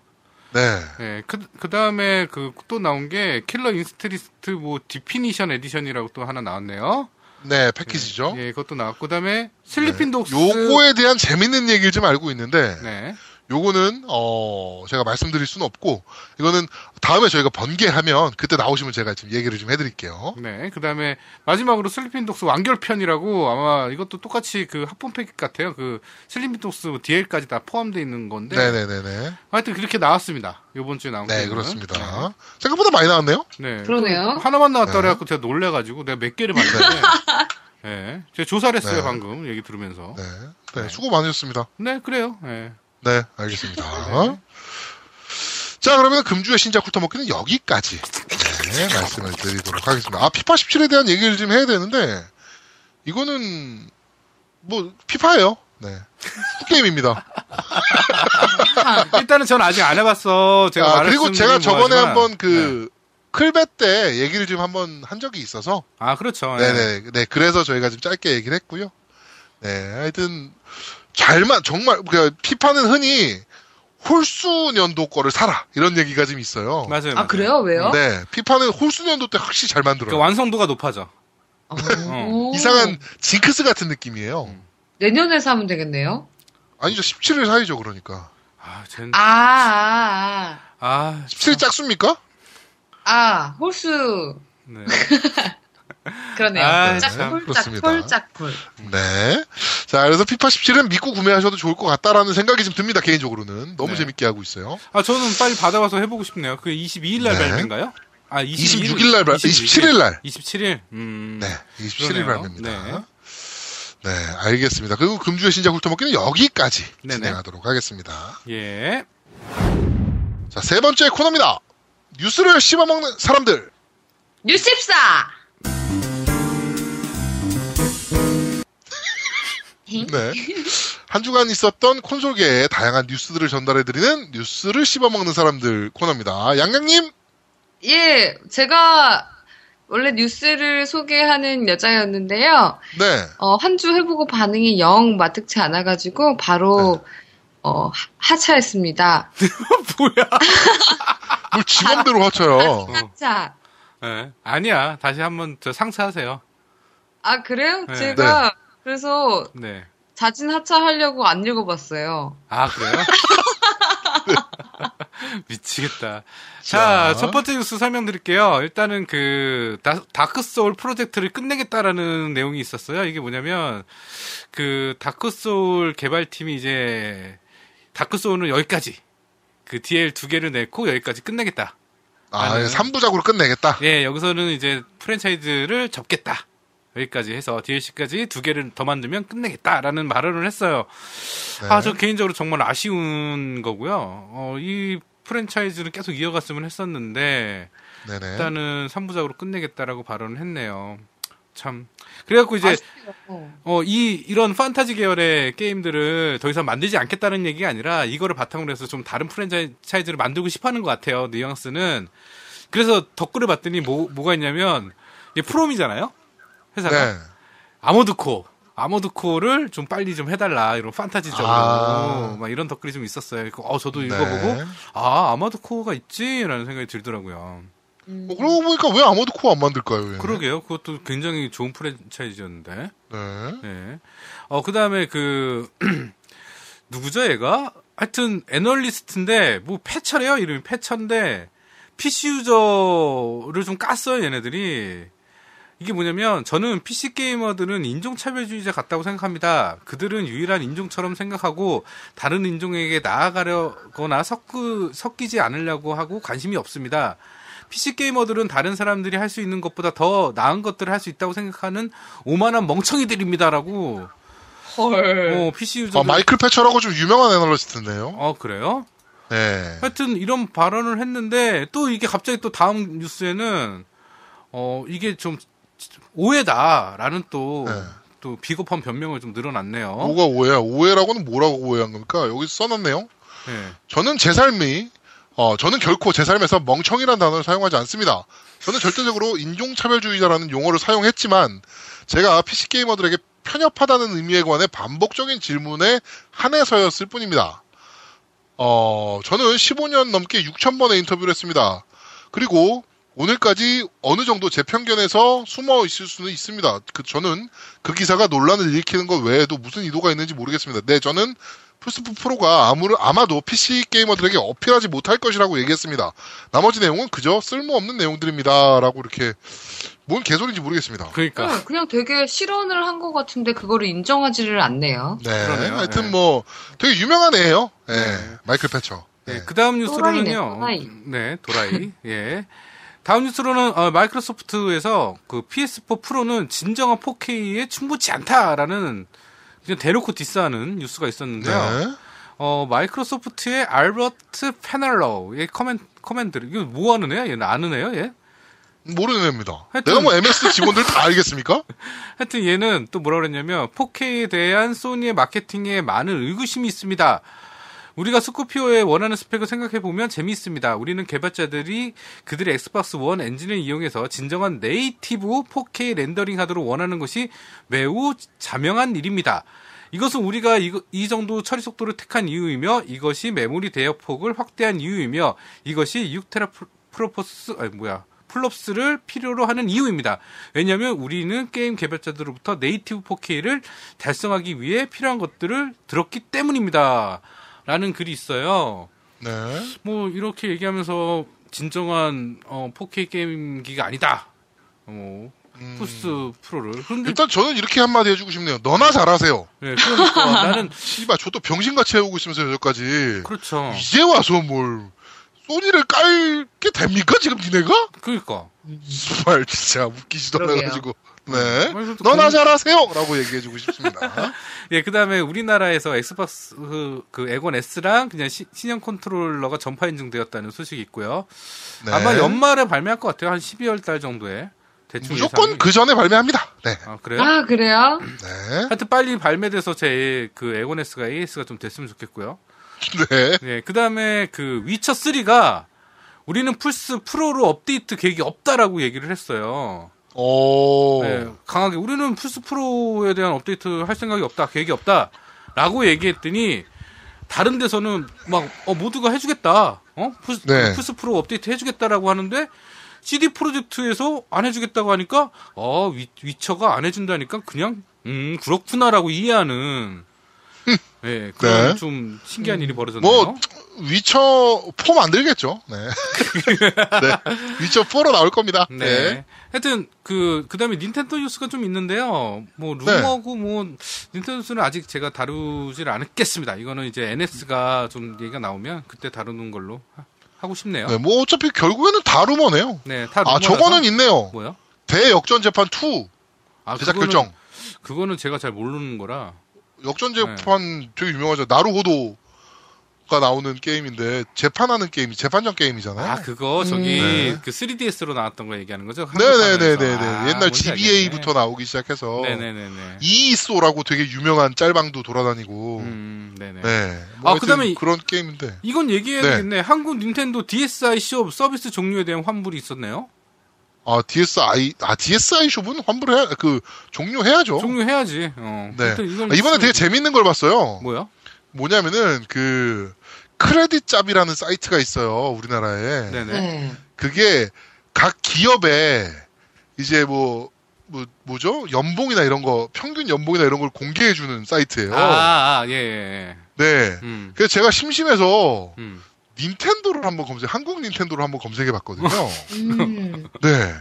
[SPEAKER 1] 네.
[SPEAKER 3] 네, 그, 그 다음에 그 또 나온 게 킬러 인스트리스트 뭐 디피니션 에디션이라고 또 하나 나왔네요.
[SPEAKER 1] 네, 패키지죠.
[SPEAKER 3] 예, 그것도 나왔고, 그 다음에 슬리핀 독스.
[SPEAKER 1] 네. 요거에 대한 재밌는 얘기를 좀 알고 있는데,
[SPEAKER 3] 네.
[SPEAKER 1] 요거는, 어, 제가 말씀드릴 수는 없고, 이거는 다음에 저희가 번개하면, 그때 나오시면 제가 지금 얘기를 좀 해드릴게요.
[SPEAKER 3] 네. 그 다음에 마지막으로 슬리핀 독스 완결편이라고 아마 이것도 똑같이 그 합본 패킷 같아요. 그 슬리핀 독스 DL까지 다 포함되어 있는 건데.
[SPEAKER 1] 네네네네.
[SPEAKER 3] 하여튼 그렇게 나왔습니다. 요번 주에 나온
[SPEAKER 1] 네,
[SPEAKER 3] 게임은.
[SPEAKER 1] 그렇습니다. 생각보다 많이 나왔네요?
[SPEAKER 3] 네.
[SPEAKER 2] 그러네요.
[SPEAKER 3] 하나만 나왔다 그래갖고 제가 놀래가지고 내가 몇 개를 봤는데. 네. 제가 조사를 했어요,
[SPEAKER 1] 네.
[SPEAKER 3] 방금. 얘기 들으면서.
[SPEAKER 1] 네. 네, 수고 많으셨습니다.
[SPEAKER 3] 네, 그래요. 네.
[SPEAKER 1] 네, 알겠습니다. 자, 그러면 금주의 신작 훑어먹기는 여기까지 네, 말씀을 드리도록 하겠습니다. 아, 피파 17에 대한 얘기를 좀 해야 되는데, 이거는, 뭐, 피파예요. 네. 게임입니다.
[SPEAKER 3] 일단은 전 아직 안 해봤어. 제가 네.
[SPEAKER 1] 아,
[SPEAKER 3] 말했
[SPEAKER 1] 그리고 제가
[SPEAKER 3] 뭐
[SPEAKER 1] 저번에 한번 그, 클베 때 얘기를 좀 한번 한 적이 있어서,
[SPEAKER 3] 아, 그렇죠. 네.
[SPEAKER 1] 네네. 네, 그래서 저희가 좀 짧게 얘기를 했고요. 네, 하여튼, 잘만, 정말, 그, 피파는 흔히 홀수 년도 거를 사라. 이런 얘기가 좀 있어요.
[SPEAKER 3] 맞아요.
[SPEAKER 2] 아
[SPEAKER 3] 맞아요.
[SPEAKER 2] 그래요? 왜요?
[SPEAKER 1] 네, 피파는 홀수 년도 때 확실히 잘
[SPEAKER 3] 그
[SPEAKER 1] 만들어요.
[SPEAKER 3] 완성도가 높아져.
[SPEAKER 2] 어.
[SPEAKER 1] 이상한 징크스 같은 느낌이에요.
[SPEAKER 3] 음.
[SPEAKER 2] 내년에 사면 되겠네요.
[SPEAKER 1] 아니죠, 17일 사이죠, 그러니까.
[SPEAKER 3] 아, 쟨.
[SPEAKER 2] 아, 아, 아.
[SPEAKER 3] 아,
[SPEAKER 1] 17일 짝수입니까?
[SPEAKER 2] 아, 홀수.
[SPEAKER 3] 네.
[SPEAKER 2] 그러네요.
[SPEAKER 3] 아, 참,
[SPEAKER 2] 짝풀, 짝풀,
[SPEAKER 1] 그렇습니다.
[SPEAKER 2] 짝풀.
[SPEAKER 3] 음.
[SPEAKER 1] 네. 자, 그래서 피파 17은 믿고 구매하셔도 좋을 것 같다라는 생각이 좀 듭니다, 개인적으로는. 너무
[SPEAKER 3] 네.
[SPEAKER 1] 재밌게 하고 있어요.
[SPEAKER 3] 아, 저는 빨리 받아와서 해보고 싶네요. 그 22일 날
[SPEAKER 1] 네.
[SPEAKER 3] 발매인가요? 아,
[SPEAKER 1] 26일 날, 27일 날.
[SPEAKER 3] 27일. 음.
[SPEAKER 1] 네, 27일
[SPEAKER 3] 그러네요.
[SPEAKER 1] 발매입니다.
[SPEAKER 3] 네.
[SPEAKER 1] 네, 알겠습니다. 그리고 금주의 신작 훑어먹기는 여기까지
[SPEAKER 3] 네네.
[SPEAKER 1] 진행하도록 하겠습니다.
[SPEAKER 3] 예.
[SPEAKER 1] 자, 세 번째 코너입니다. 뉴스를 씹어먹는 사람들.
[SPEAKER 2] 뉴십사!
[SPEAKER 1] 네. 한 주간 있었던 콘솔계의 다양한 뉴스들을 전달해드리는 뉴스를 씹어먹는 사람들 코너입니다. 양양님,
[SPEAKER 2] 예, 제가 원래 뉴스를 소개하는 여자였는데요.
[SPEAKER 1] 네.
[SPEAKER 2] 어, 한 주 해보고 반응이 영 마뜩치 않아가지고 바로
[SPEAKER 1] 네.
[SPEAKER 2] 어, 하- 하차했습니다.
[SPEAKER 3] 뭐야?
[SPEAKER 1] 뭘 지맘대로
[SPEAKER 3] 어.
[SPEAKER 1] 하쳐요.
[SPEAKER 2] 하차.
[SPEAKER 3] 네. 아니야. 다시 한번 저 상세하세요.
[SPEAKER 2] 아, 그래요?
[SPEAKER 3] 네.
[SPEAKER 2] 제가 그래서
[SPEAKER 3] 네.
[SPEAKER 2] 자진 하차하려고 안 읽어봤어요.
[SPEAKER 3] 아, 그래요? 미치겠다. 자,
[SPEAKER 1] 자.
[SPEAKER 3] 첫 번째 뉴스 설명드릴게요. 일단은 그 다- 다크 소울 프로젝트를 끝내겠다라는 내용이 있었어요. 이게 뭐냐면 그 다크 소울 개발팀이 이제 다크 소울은 여기까지 그 DL 두 개를 냈고 여기까지 끝내겠다.
[SPEAKER 1] 아,
[SPEAKER 3] 아니요. 네.
[SPEAKER 1] 3부작으로 끝내겠다.
[SPEAKER 3] 예, 여기서는 이제 프랜차이즈를 접겠다. 여기까지 해서 DLC까지 두 개를 더 만들면 끝내겠다라는 발언을 했어요.
[SPEAKER 1] 네.
[SPEAKER 3] 아, 저 개인적으로 정말 아쉬운 거고요. 어, 이 프랜차이즈는 계속 이어갔으면 했었는데,
[SPEAKER 1] 네네.
[SPEAKER 3] 일단은 3부작으로 끝내겠다라고 발언을 했네요. 참. 그래갖고 이제,
[SPEAKER 2] 어.
[SPEAKER 3] 어, 이, 이런 판타지 계열의 게임들을 더 이상 만들지 않겠다는 얘기가 아니라, 이거를 바탕으로 해서 좀 다른 프랜차이즈를 만들고 싶어 하는 것 같아요, 뉘앙스는. 그래서 덧글을 봤더니 뭐, 뭐가 있냐면, 이게 프롬이잖아요? 회사가.
[SPEAKER 1] 네.
[SPEAKER 3] 아모드코. 아모드코를 좀 빨리 좀 해달라. 이런 판타지적으로.
[SPEAKER 1] 아.
[SPEAKER 3] 막 이런 댓글이 좀 있었어요. 그, 어, 저도
[SPEAKER 1] 네.
[SPEAKER 3] 읽어보고, 아, 아모드코가 있지? 라는 생각이 들더라고요.
[SPEAKER 2] 음.
[SPEAKER 1] 어, 그러고 보니까 왜 아무도 코어 안 만들까요? 얘는?
[SPEAKER 3] 그러게요. 그것도 굉장히 좋은 프랜차이즈였는데.
[SPEAKER 1] 네.
[SPEAKER 3] 네. 어, 그 다음에 그, 누구죠, 얘가? 하여튼, 애널리스트인데, 뭐, 패처래요? 이름이 패처인데, PC 유저를 좀 깠어요, 얘네들이. 이게 뭐냐면, 저는 PC 게이머들은 인종차별주의자 같다고 생각합니다. 그들은 유일한 인종처럼 생각하고, 다른 인종에게 나아가려거나 섞으, 섞이지 않으려고 하고 관심이 없습니다. PC 게이머들은 다른 사람들이 할 수 있는 것보다 더 나은 것들을 할 수 있다고 생각하는 오만한 멍청이들입니다라고
[SPEAKER 2] 헐.
[SPEAKER 3] 어, PC 유저
[SPEAKER 1] 아, 마이클 패처라고 좀 유명한 애널리스트인데요.
[SPEAKER 3] 어 그래요?
[SPEAKER 1] 네.
[SPEAKER 3] 하여튼 이런 발언을 했는데 또 이게 갑자기 또 다음 뉴스에는 어 이게 좀 오해다라는 또
[SPEAKER 1] 네.
[SPEAKER 3] 또 비겁한 변명을 좀 늘어났네요.
[SPEAKER 1] 뭐가 오해야? 오해라고는 뭐라고 오해한 겁니까? 여기 써놨네요.
[SPEAKER 3] 예.
[SPEAKER 1] 저는 제 삶이 어, 저는 결코 제 삶에서 멍청이란 단어를 사용하지 않습니다. 저는 절대적으로 인종차별주의자라는 용어를 사용했지만 제가 PC 게이머들에게 편협하다는 의미에 관해 반복적인 질문에 한해서였을 뿐입니다. 어, 저는 15년 넘게 6,000번의 인터뷰를 했습니다. 그리고 오늘까지 어느 정도 제 편견에서 숨어 있을 수는 있습니다. 그, 저는 그 기사가 논란을 일으키는 것 외에도 무슨 이도가 있는지 모르겠습니다. 네, 저는 플스4 프로가 아무, 아마도 PC 게이머들에게 어필하지 못할 것이라고 얘기했습니다. 나머지 내용은 그저 쓸모없는 내용들입니다. 라고 이렇게, 뭔 개소리인지 모르겠습니다.
[SPEAKER 3] 그러니까
[SPEAKER 2] 네, 그냥 되게 실언을 한 것 같은데 그거를 인정하지를 않네요.
[SPEAKER 1] 네.
[SPEAKER 3] 그러네요.
[SPEAKER 1] 하여튼
[SPEAKER 3] 네.
[SPEAKER 1] 뭐, 되게 유명한 애예요 예. 마이클 패처. 네.
[SPEAKER 3] 그 다음
[SPEAKER 2] 또라이네,
[SPEAKER 3] 뉴스로는요.
[SPEAKER 2] 또라이.
[SPEAKER 3] 네, 도라이. 예. 다음 뉴스로는 어, 마이크로소프트에서 그 PS4 프로는 진정한 4K에 충분치 않다라는 그냥 대놓고 디스하는 뉴스가 있었는데요.
[SPEAKER 1] 네.
[SPEAKER 3] 어, 마이크로소프트의 알버트 페널러의 커멘, 커맨드를, 이거 뭐 하는 애야? 얘는 아는 애요? 얘?
[SPEAKER 1] 모르는 애입니다.
[SPEAKER 3] 하여튼-
[SPEAKER 1] 내가 뭐 MS 직원들 다 알겠습니까?
[SPEAKER 3] 하여튼 얘는 또 뭐라 그랬냐면 4K에 대한 소니의 마케팅에 많은 의구심이 있습니다. 우리가 스코피오의 원하는 스펙을 생각해 보면 재미있습니다. 우리는 개발자들이 그들의 엑스박스 원 엔진을 이용해서 진정한 네이티브 4K 렌더링 하도록 원하는 것이 매우 자명한 일입니다. 이것은 우리가 이거- 이 정도 처리 속도를 택한 이유이며 이것이 메모리 대역폭을 확대한 이유이며 이것이 6테라 프로포스 아니 뭐야 플롭스를 필요로 하는 이유입니다. 왜냐하면 우리는 게임 개발자들로부터 네이티브 4K를 달성하기 위해 필요한 것들을 들었기 때문입니다. 라는 글이 있어요.
[SPEAKER 1] 네.
[SPEAKER 3] 뭐 이렇게 얘기하면서 진정한 어, 4K 게임기가 아니다. 어,
[SPEAKER 1] 음. 그렇죠.
[SPEAKER 3] 플스 프로를. 그런데
[SPEAKER 1] 일단 저는 이렇게 한마디 해주고 싶네요. 너나 잘하세요.
[SPEAKER 3] 예, 그러니까 나는
[SPEAKER 1] 씨발, 저도 병신같이 해오고 있으면서 여기까지.
[SPEAKER 3] 그렇죠.
[SPEAKER 1] 이제 와서 뭘, 소니를 깔 게 됩니까? 지금 니네가?
[SPEAKER 3] 그러니까
[SPEAKER 1] 정말 진짜 웃기지도
[SPEAKER 2] 그러게요.
[SPEAKER 1] 않아가지고. 네.
[SPEAKER 3] 그래서 또
[SPEAKER 1] 너나
[SPEAKER 3] 공-
[SPEAKER 1] 잘하세요! 라고 얘기해주고 싶습니다.
[SPEAKER 3] 예, 그 다음에 우리나라에서 엑스박스 그, 그 에곤 S랑 그냥 시- 신형 컨트롤러가 전파 인증되었다는 소식이 있고요.
[SPEAKER 1] 네.
[SPEAKER 3] 아마 연말에 발매할 것 같아요. 한 12월 달 정도에 대충
[SPEAKER 1] 무조건
[SPEAKER 3] 예상이.
[SPEAKER 1] 그 전에 발매합니다. 네.
[SPEAKER 3] 아 그래요?
[SPEAKER 2] 아, 그래요?
[SPEAKER 1] 네.
[SPEAKER 3] 하여튼 빨리 발매돼서 제 그 에곤 S가 AS가 좀 됐으면 좋겠고요.
[SPEAKER 1] 네.
[SPEAKER 3] 예, 그 다음에 그 위쳐 3가 우리는 플스 프로로 업데이트 계획이 없다라고 얘기를 했어요.
[SPEAKER 1] 오.
[SPEAKER 3] 예, 강하게 우리는 플스 프로에 대한 업데이트 할 생각이 없다, 계획이 없다라고 얘기했더니 다른 데서는 막 어, 모두가 해주겠다, 어 플스,
[SPEAKER 1] 네.
[SPEAKER 3] 플스 프로 업데이트 해주겠다라고 하는데 CD 프로젝트에서 안 해주겠다고 하니까 어 위, 위쳐가 안 해준다니까 그냥 음 그렇구나라고 이해하는 예 그런
[SPEAKER 1] 네.
[SPEAKER 3] 좀 신기한 일이 벌어졌네요.
[SPEAKER 1] 뭐, 위쳐 4 만들겠죠. 네. 네. 위쳐 4로 나올 겁니다.
[SPEAKER 3] 네.
[SPEAKER 1] 네.
[SPEAKER 3] 하여튼 그 그다음에 닌텐도 뉴스가 좀 있는데요. 뭐
[SPEAKER 1] 네.
[SPEAKER 3] 루머고 뭐 닌텐도 뉴스는 아직 제가 다루질 않겠습니다. 이거는 이제 NS가 좀 얘기가 나오면 그때 다루는 걸로 하- 하고 싶네요.
[SPEAKER 1] 네,
[SPEAKER 3] 네.
[SPEAKER 1] 뭐 어차피 결국에는 다 루머네요.
[SPEAKER 3] 다 루머라서.
[SPEAKER 1] 아, 저거는 있네요.
[SPEAKER 3] 뭐요?
[SPEAKER 1] 대역전 재판 2
[SPEAKER 3] 아,
[SPEAKER 1] 제작
[SPEAKER 3] 그거는-
[SPEAKER 1] 결정.
[SPEAKER 3] 그거는 제가 잘 모르는 거라.
[SPEAKER 1] 역전 재판
[SPEAKER 3] 네.
[SPEAKER 1] 되게 유명하죠. 나루호도가 나오는 게임인데 재판하는 게임이 재판전 게임이잖아요.
[SPEAKER 3] 아, 그거 저기
[SPEAKER 1] 네.
[SPEAKER 3] 그 3DS로 나왔던 거 얘기하는 거죠?
[SPEAKER 1] 네네네네네.
[SPEAKER 3] 한국판에서. 아,
[SPEAKER 1] 옛날
[SPEAKER 3] 뭔지
[SPEAKER 1] GBA부터 나오기 시작해서
[SPEAKER 3] 알겠네. 네네네네.
[SPEAKER 1] 이이소라고 되게 유명한 짤방도 돌아다니고.
[SPEAKER 3] 음, 네네.
[SPEAKER 1] 네.
[SPEAKER 3] 아,
[SPEAKER 1] 뭐 하여튼
[SPEAKER 3] 그다음에 이-
[SPEAKER 1] 그런 게임인데.
[SPEAKER 3] 이건 얘기해야
[SPEAKER 1] 네.
[SPEAKER 3] 되겠네. 한국 닌텐도 DSi 시업 서비스 종류에 대한 환불이 있었네요.
[SPEAKER 1] 아 DSI 아 DSI 숍은 환불해야 그 종료해야죠.
[SPEAKER 3] 종료해야지. 어.
[SPEAKER 1] 네.
[SPEAKER 3] 하여튼 이건
[SPEAKER 1] 아, 이번에 되게
[SPEAKER 3] 있으면-
[SPEAKER 1] 재밌는 걸 봤어요.
[SPEAKER 3] 뭐야?
[SPEAKER 1] 뭐냐면은 그 크레딧 짭이라는 사이트가 있어요 우리나라에.
[SPEAKER 3] 네네.
[SPEAKER 2] 네.
[SPEAKER 1] 그게 각 기업에 이제 뭐, 뭐 뭐죠 연봉이나 이런 거 평균 연봉이나 이런 걸 공개해 주는 사이트예요.
[SPEAKER 3] 아, 아, 예, 예.
[SPEAKER 1] 네.
[SPEAKER 3] 음.
[SPEAKER 1] 그래서 제가 심심해서
[SPEAKER 3] 음.
[SPEAKER 1] 닌텐도를 한번 검색, 한국 닌텐도를 한번 검색해 봤거든요.
[SPEAKER 2] 음.
[SPEAKER 1] 네.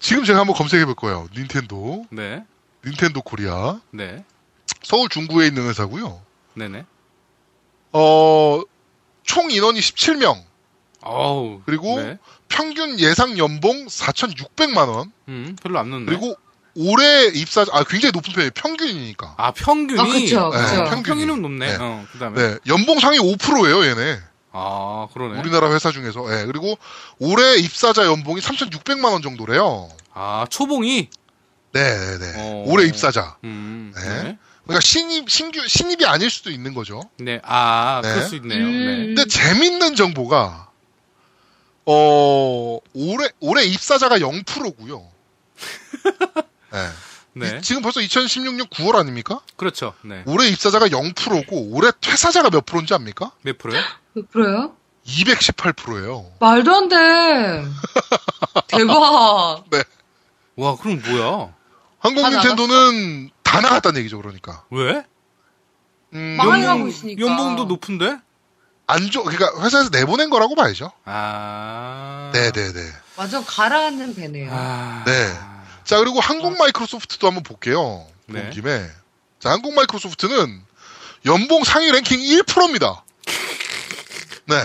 [SPEAKER 1] 지금 제가 한번 검색해 볼 거예요. 닌텐도,
[SPEAKER 3] 네.
[SPEAKER 1] 닌텐도 코리아,
[SPEAKER 3] 네.
[SPEAKER 1] 서울 중구에 있는 회사고요.
[SPEAKER 3] 네네.
[SPEAKER 1] 어, 총 인원이 17명.
[SPEAKER 3] 어우.
[SPEAKER 1] 그리고
[SPEAKER 3] 네.
[SPEAKER 1] 평균 예상 연봉 4,600만 원.
[SPEAKER 3] 음, 별로 안 넣네.
[SPEAKER 1] 그리고 올해 입사 아 굉장히 높은 편이에요. 평균이니까.
[SPEAKER 3] 아, 평균이.
[SPEAKER 2] 아, 그쵸,
[SPEAKER 1] 네,
[SPEAKER 2] 그쵸.
[SPEAKER 1] 평균이.
[SPEAKER 3] 평균은 높네.
[SPEAKER 1] 네.
[SPEAKER 3] 어, 그다음에.
[SPEAKER 1] 네, 연봉 상위 5%예요, 얘네.
[SPEAKER 3] 아, 그러네.
[SPEAKER 1] 우리나라 회사 중에서. 예. 그리고 올해 입사자 연봉이 3,600만 원 정도래요.
[SPEAKER 3] 아, 초봉이.
[SPEAKER 1] 네, 네, 네.
[SPEAKER 3] 어.
[SPEAKER 1] 올해 입사자.
[SPEAKER 3] 음.
[SPEAKER 1] 네.
[SPEAKER 3] 네.
[SPEAKER 1] 그러니까 신입 신규 신입이 아닐 수도 있는 거죠.
[SPEAKER 3] 네. 아,
[SPEAKER 1] 네.
[SPEAKER 3] 그럴 수 있네요. 네.
[SPEAKER 2] 음.
[SPEAKER 1] 근데 재밌는 정보가 어 올해 올해 입사자가 0%고요. 네.
[SPEAKER 3] 네.
[SPEAKER 1] 이- 지금 벌써 2016년 9월 아닙니까?
[SPEAKER 3] 그렇죠. 네.
[SPEAKER 1] 올해 입사자가 0%고 올해 퇴사자가 몇 프로인지 압니까?
[SPEAKER 3] 몇 프로요?
[SPEAKER 2] 몇 프로요?
[SPEAKER 1] 218%예요.
[SPEAKER 2] 그, 말도 안 돼. 대박.
[SPEAKER 3] 와, 그럼 뭐야?
[SPEAKER 1] 한국
[SPEAKER 2] 다
[SPEAKER 1] 닌텐도는 다 나갔다는 얘기죠, 그러니까.
[SPEAKER 3] 왜?
[SPEAKER 1] 음,
[SPEAKER 2] 망- 망하고 있으니까.
[SPEAKER 3] 연봉도 높은데?
[SPEAKER 1] 안 좋, 그러니까 회사에서 내보낸 거라고 봐야죠.
[SPEAKER 3] 아.
[SPEAKER 1] 네네네.
[SPEAKER 2] 완전 가라앉는 배네요.
[SPEAKER 3] 아.
[SPEAKER 1] 네. 자, 그리고 한국 마이크로소프트도 한번 볼게요.
[SPEAKER 3] 네.
[SPEAKER 1] 본 김에. 자, 한국 마이크로소프트는 연봉 상위 랭킹 1%입니다. 네.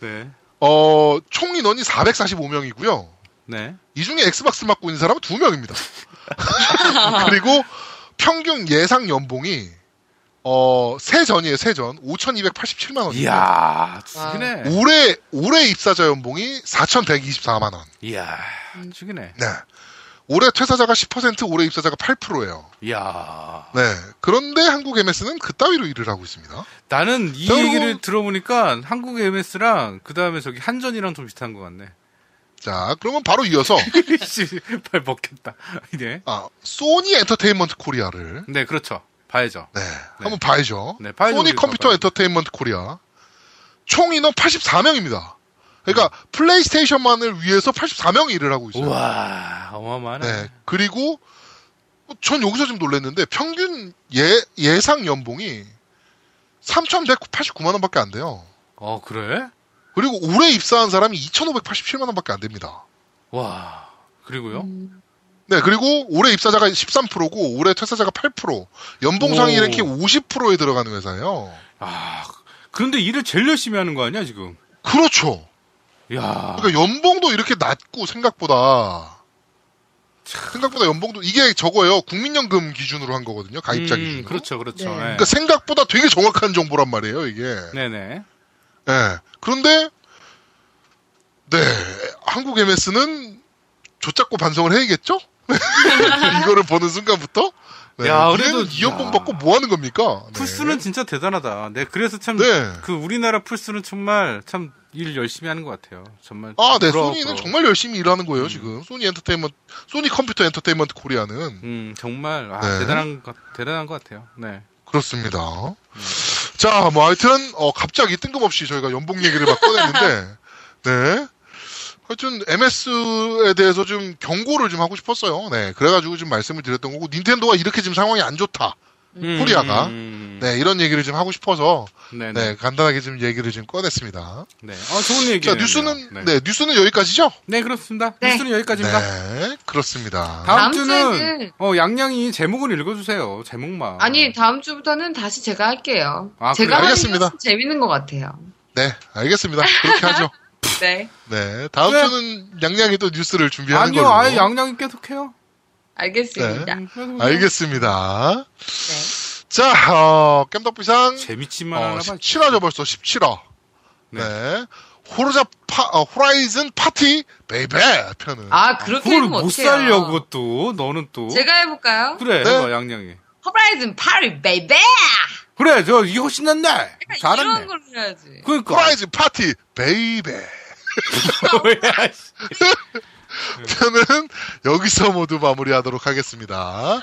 [SPEAKER 3] 네.
[SPEAKER 1] 어, 총 인원이 445명이고요.
[SPEAKER 3] 네.
[SPEAKER 1] 이 중에 엑스박스 맡고 있는 사람은 2명입니다. 그리고 평균 예상 연봉이 어, 세전이에요, 세전. 5,287만 원.
[SPEAKER 3] 이야, 아. 죽이네.
[SPEAKER 1] 올해 올해 입사자 연봉이 4,124만 원.
[SPEAKER 3] 이야, 죽이네.
[SPEAKER 1] 네. 올해 퇴사자가 10%, 올해 입사자가 8%예요.
[SPEAKER 3] 이야.
[SPEAKER 1] 네. 그런데 한국 MS는 그따위로 일을 하고 있습니다.
[SPEAKER 3] 나는 이
[SPEAKER 1] 저는-
[SPEAKER 3] 얘기를 들어보니까 한국 MS랑 그 다음에 저기 한전이랑 좀 비슷한 것 같네.
[SPEAKER 1] 자, 그러면 바로 이어서
[SPEAKER 3] 씨, 발 먹겠다. 네.
[SPEAKER 1] 아, 소니 엔터테인먼트 코리아를
[SPEAKER 3] 네, 그렇죠. 봐야죠.
[SPEAKER 1] 네, 한번 봐야죠.
[SPEAKER 3] 네, 봐야죠.
[SPEAKER 1] 소니
[SPEAKER 3] 우리가
[SPEAKER 1] 컴퓨터
[SPEAKER 3] 봐야죠.
[SPEAKER 1] 엔터테인먼트 코리아 총 인원 84명입니다. 그러니까 플레이스테이션만을 위해서 84명이 일을 하고 있어요.
[SPEAKER 3] 음. 우와, 어마어마하네.
[SPEAKER 1] 네. 그리고 전 여기서 좀 놀랐는데 평균 예, 예상 연봉이 3,189만 원밖에 안 돼요.
[SPEAKER 3] 어, 그래?
[SPEAKER 1] 그리고 올해 입사한 사람이 2,587만 원밖에 안 됩니다.
[SPEAKER 3] 와. 그리고요?
[SPEAKER 2] 음,
[SPEAKER 1] 네, 그리고 올해 입사자가 13%고 올해 퇴사자가 8%, 연봉 상위
[SPEAKER 3] 오.
[SPEAKER 1] 랭킹 50%에 들어가는 회사예요.
[SPEAKER 3] 아, 그런데 일을 제일 열심히 하는 거 아니야, 지금?
[SPEAKER 1] 그렇죠.
[SPEAKER 3] 이야.
[SPEAKER 1] 그러니까 연봉도 이렇게 낮고 생각보다 생각보다 연봉도 이게 저거예요. 국민연금 기준으로 한 거거든요. 아, 가입자
[SPEAKER 3] 음,
[SPEAKER 1] 기준으로.
[SPEAKER 3] 그렇죠, 그렇죠.
[SPEAKER 2] 네.
[SPEAKER 3] 네.
[SPEAKER 1] 그러니까 생각보다 되게 정확한 정보란 말이에요, 이게.
[SPEAKER 3] 네네.
[SPEAKER 1] 예. 그런데 네 한국 MS는 조잡고 반성을 해야겠죠? 이거를 보는 순간부터 네,
[SPEAKER 3] 야,
[SPEAKER 1] 그래도
[SPEAKER 3] 그래도- 야.
[SPEAKER 1] 이연봉 받고 뭐 하는 겁니까? 네.
[SPEAKER 3] 풀스는 진짜 대단하다. 네, 그래서 참,
[SPEAKER 1] 네.
[SPEAKER 3] 그 우리나라 풀스는 정말 참 일 열심히 하는 것 같아요. 정말.
[SPEAKER 1] 아, 네.
[SPEAKER 3] 부러워,
[SPEAKER 1] 소니는
[SPEAKER 3] 부러워.
[SPEAKER 1] 정말 열심히 일하는 거예요
[SPEAKER 3] 음.
[SPEAKER 1] 지금. 소니 엔터테인먼트, 소니 컴퓨터 엔터테인먼트 코리아는
[SPEAKER 3] 음, 정말, 아,
[SPEAKER 1] 네.
[SPEAKER 3] 대단한 것, 대단한 것 같아요. 네.
[SPEAKER 1] 그렇습니다.
[SPEAKER 3] 음.
[SPEAKER 1] 자, 뭐 하여튼 어, 갑자기 뜬금없이 저희가 연봉 얘기를 막 꺼냈는데, 네. 하여튼 MS에 대해서 좀 경고를 좀 하고 싶었어요. 네, 그래가지고 지금 말씀을 드렸던 거고 닌텐도가 이렇게 지금 상황이 안 좋다.
[SPEAKER 3] 음,
[SPEAKER 1] 코리아가.
[SPEAKER 3] 음,
[SPEAKER 1] 네, 이런 얘기를 좀 하고 싶어서
[SPEAKER 3] 네.
[SPEAKER 1] 네
[SPEAKER 3] 네.
[SPEAKER 1] 간단하게 좀 얘기를 좀 꺼냈습니다.
[SPEAKER 3] 네. 아, 좋은 얘기.
[SPEAKER 1] 자, 뉴스는 네. 뉴스는 여기까지죠?
[SPEAKER 3] 네, 그렇습니다.
[SPEAKER 2] 네.
[SPEAKER 3] 뉴스는 여기까지입니다.
[SPEAKER 1] 네, 그렇습니다.
[SPEAKER 3] 다음
[SPEAKER 2] 다음
[SPEAKER 3] 주는
[SPEAKER 2] 주에는-
[SPEAKER 3] 어 양양이 제목을 읽어주세요. 제목만.
[SPEAKER 2] 아니 다음 주부터는 다시 제가 할게요.
[SPEAKER 3] 아, 그래요?
[SPEAKER 2] 제가 하는 게
[SPEAKER 1] 알겠습니다.
[SPEAKER 2] 훨씬 재밌는 것 같아요.
[SPEAKER 1] 네, 알겠습니다. 그렇게 하죠.
[SPEAKER 2] 네,
[SPEAKER 1] 네, 다음
[SPEAKER 3] 네.
[SPEAKER 1] 주는 양양이 또 뉴스를 준비하는
[SPEAKER 3] 아니요,
[SPEAKER 1] 걸로.
[SPEAKER 3] 아예 양양이 계속해요.
[SPEAKER 2] 알겠습니다.
[SPEAKER 3] 음, 그래서 그냥
[SPEAKER 1] 알겠습니다.
[SPEAKER 2] 네.
[SPEAKER 1] 자, 어, 깜덕비상
[SPEAKER 3] 재밌지만
[SPEAKER 1] 어,
[SPEAKER 3] 하나 봐.
[SPEAKER 1] 17화죠 벌써 17화. 네. 호르자 파, 어, 호라이즌 파티 베이베 편은
[SPEAKER 2] 아 그렇게
[SPEAKER 3] 그걸
[SPEAKER 2] 하면
[SPEAKER 3] 못
[SPEAKER 2] 어떡해요?
[SPEAKER 3] 살려 그것도 너는 또
[SPEAKER 2] 제가 해볼까요?
[SPEAKER 3] 그래
[SPEAKER 1] 네.
[SPEAKER 3] 봐, 양양이.
[SPEAKER 2] 호라이즌 파리 베이베.
[SPEAKER 3] 그래 저 이거 신난다. 잘했네.
[SPEAKER 2] 이런 걸 해야지.
[SPEAKER 3] 그러니까
[SPEAKER 1] 호라이즌 파티 베이베
[SPEAKER 3] 뭐야, 씨.
[SPEAKER 1] 편은 여기서 모두 마무리하도록 하겠습니다.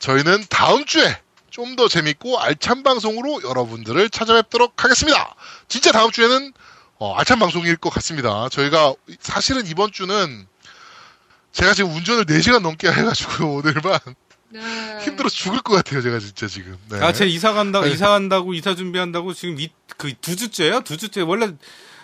[SPEAKER 1] 저희는 다음 주에 좀 더 재밌고 알찬 방송으로 여러분들을 찾아뵙도록 하겠습니다. 진짜 다음 주에는 어, 알찬 방송일 것 같습니다. 저희가 사실은 이번 주는 제가 지금 운전을 4시간 넘게 해가지고 오늘만
[SPEAKER 2] 네.
[SPEAKER 1] 힘들어 죽을 것 같아요, 제가 진짜 지금. 네.
[SPEAKER 3] 아, 제 이사 간다,
[SPEAKER 1] 네.
[SPEAKER 3] 이사 간다고 이사 준비한다고 지금 이 그 두 주째요? 두 주째 원래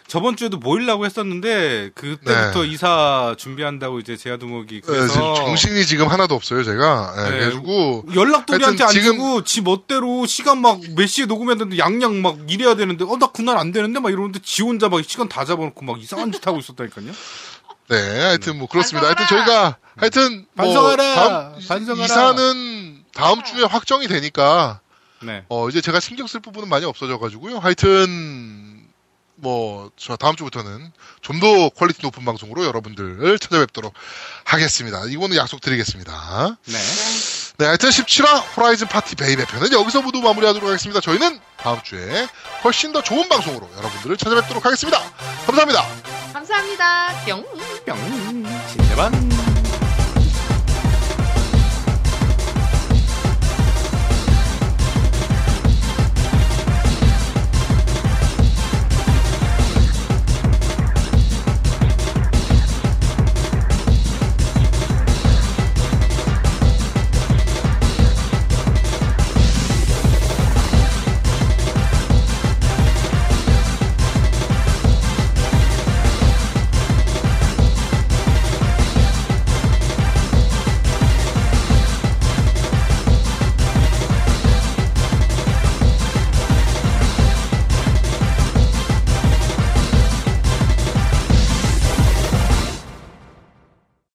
[SPEAKER 3] 저번 주에도 모이려고 했었는데 그때부터
[SPEAKER 1] 네.
[SPEAKER 3] 이사 준비한다고 이제 제아두목이
[SPEAKER 1] 네, 지금
[SPEAKER 3] 그래서
[SPEAKER 1] 정신이 지금 하나도 없어요, 제가. 네,
[SPEAKER 3] 네.
[SPEAKER 1] 그래가지고,
[SPEAKER 3] 연락도 우리한테 안
[SPEAKER 1] 하여튼 지금-
[SPEAKER 3] 주고 지 멋대로 시간 막 몇 시에 녹음해야 되는데 양양 막 이래야 되는데 어 나 그날 안 되는데 막 이러는데 지 혼자 막 시간 다 잡아놓고 막 이상한 짓 하고 있었다니까요.
[SPEAKER 1] 네, 하여튼 뭐 그렇습니다. 하여튼
[SPEAKER 2] 반성하라!
[SPEAKER 1] 저희가, 하여튼, 뭐
[SPEAKER 3] 반성하라!
[SPEAKER 1] 다음,
[SPEAKER 3] 반성하라!
[SPEAKER 1] 이사는 다음 주에 확정이 되니까,
[SPEAKER 3] 네.
[SPEAKER 1] 어, 이제 제가 신경 쓸 부분은 많이 없어져가지고요. 하여튼, 뭐, 저 다음 주부터는 좀 더 퀄리티 높은 방송으로 여러분들을 찾아뵙도록 하겠습니다. 이거는 약속드리겠습니다.
[SPEAKER 3] 네.
[SPEAKER 1] 네, 하여튼 17화 호라이즌 파티 베이베 편은 여기서 모두 마무리하도록 하겠습니다. 저희는 다음 주에 훨씬 더 좋은 방송으로 여러분들을 찾아뵙도록 하겠습니다. 감사합니다.
[SPEAKER 2] 감사합니다. 뿅.
[SPEAKER 3] 뿅. 신대반.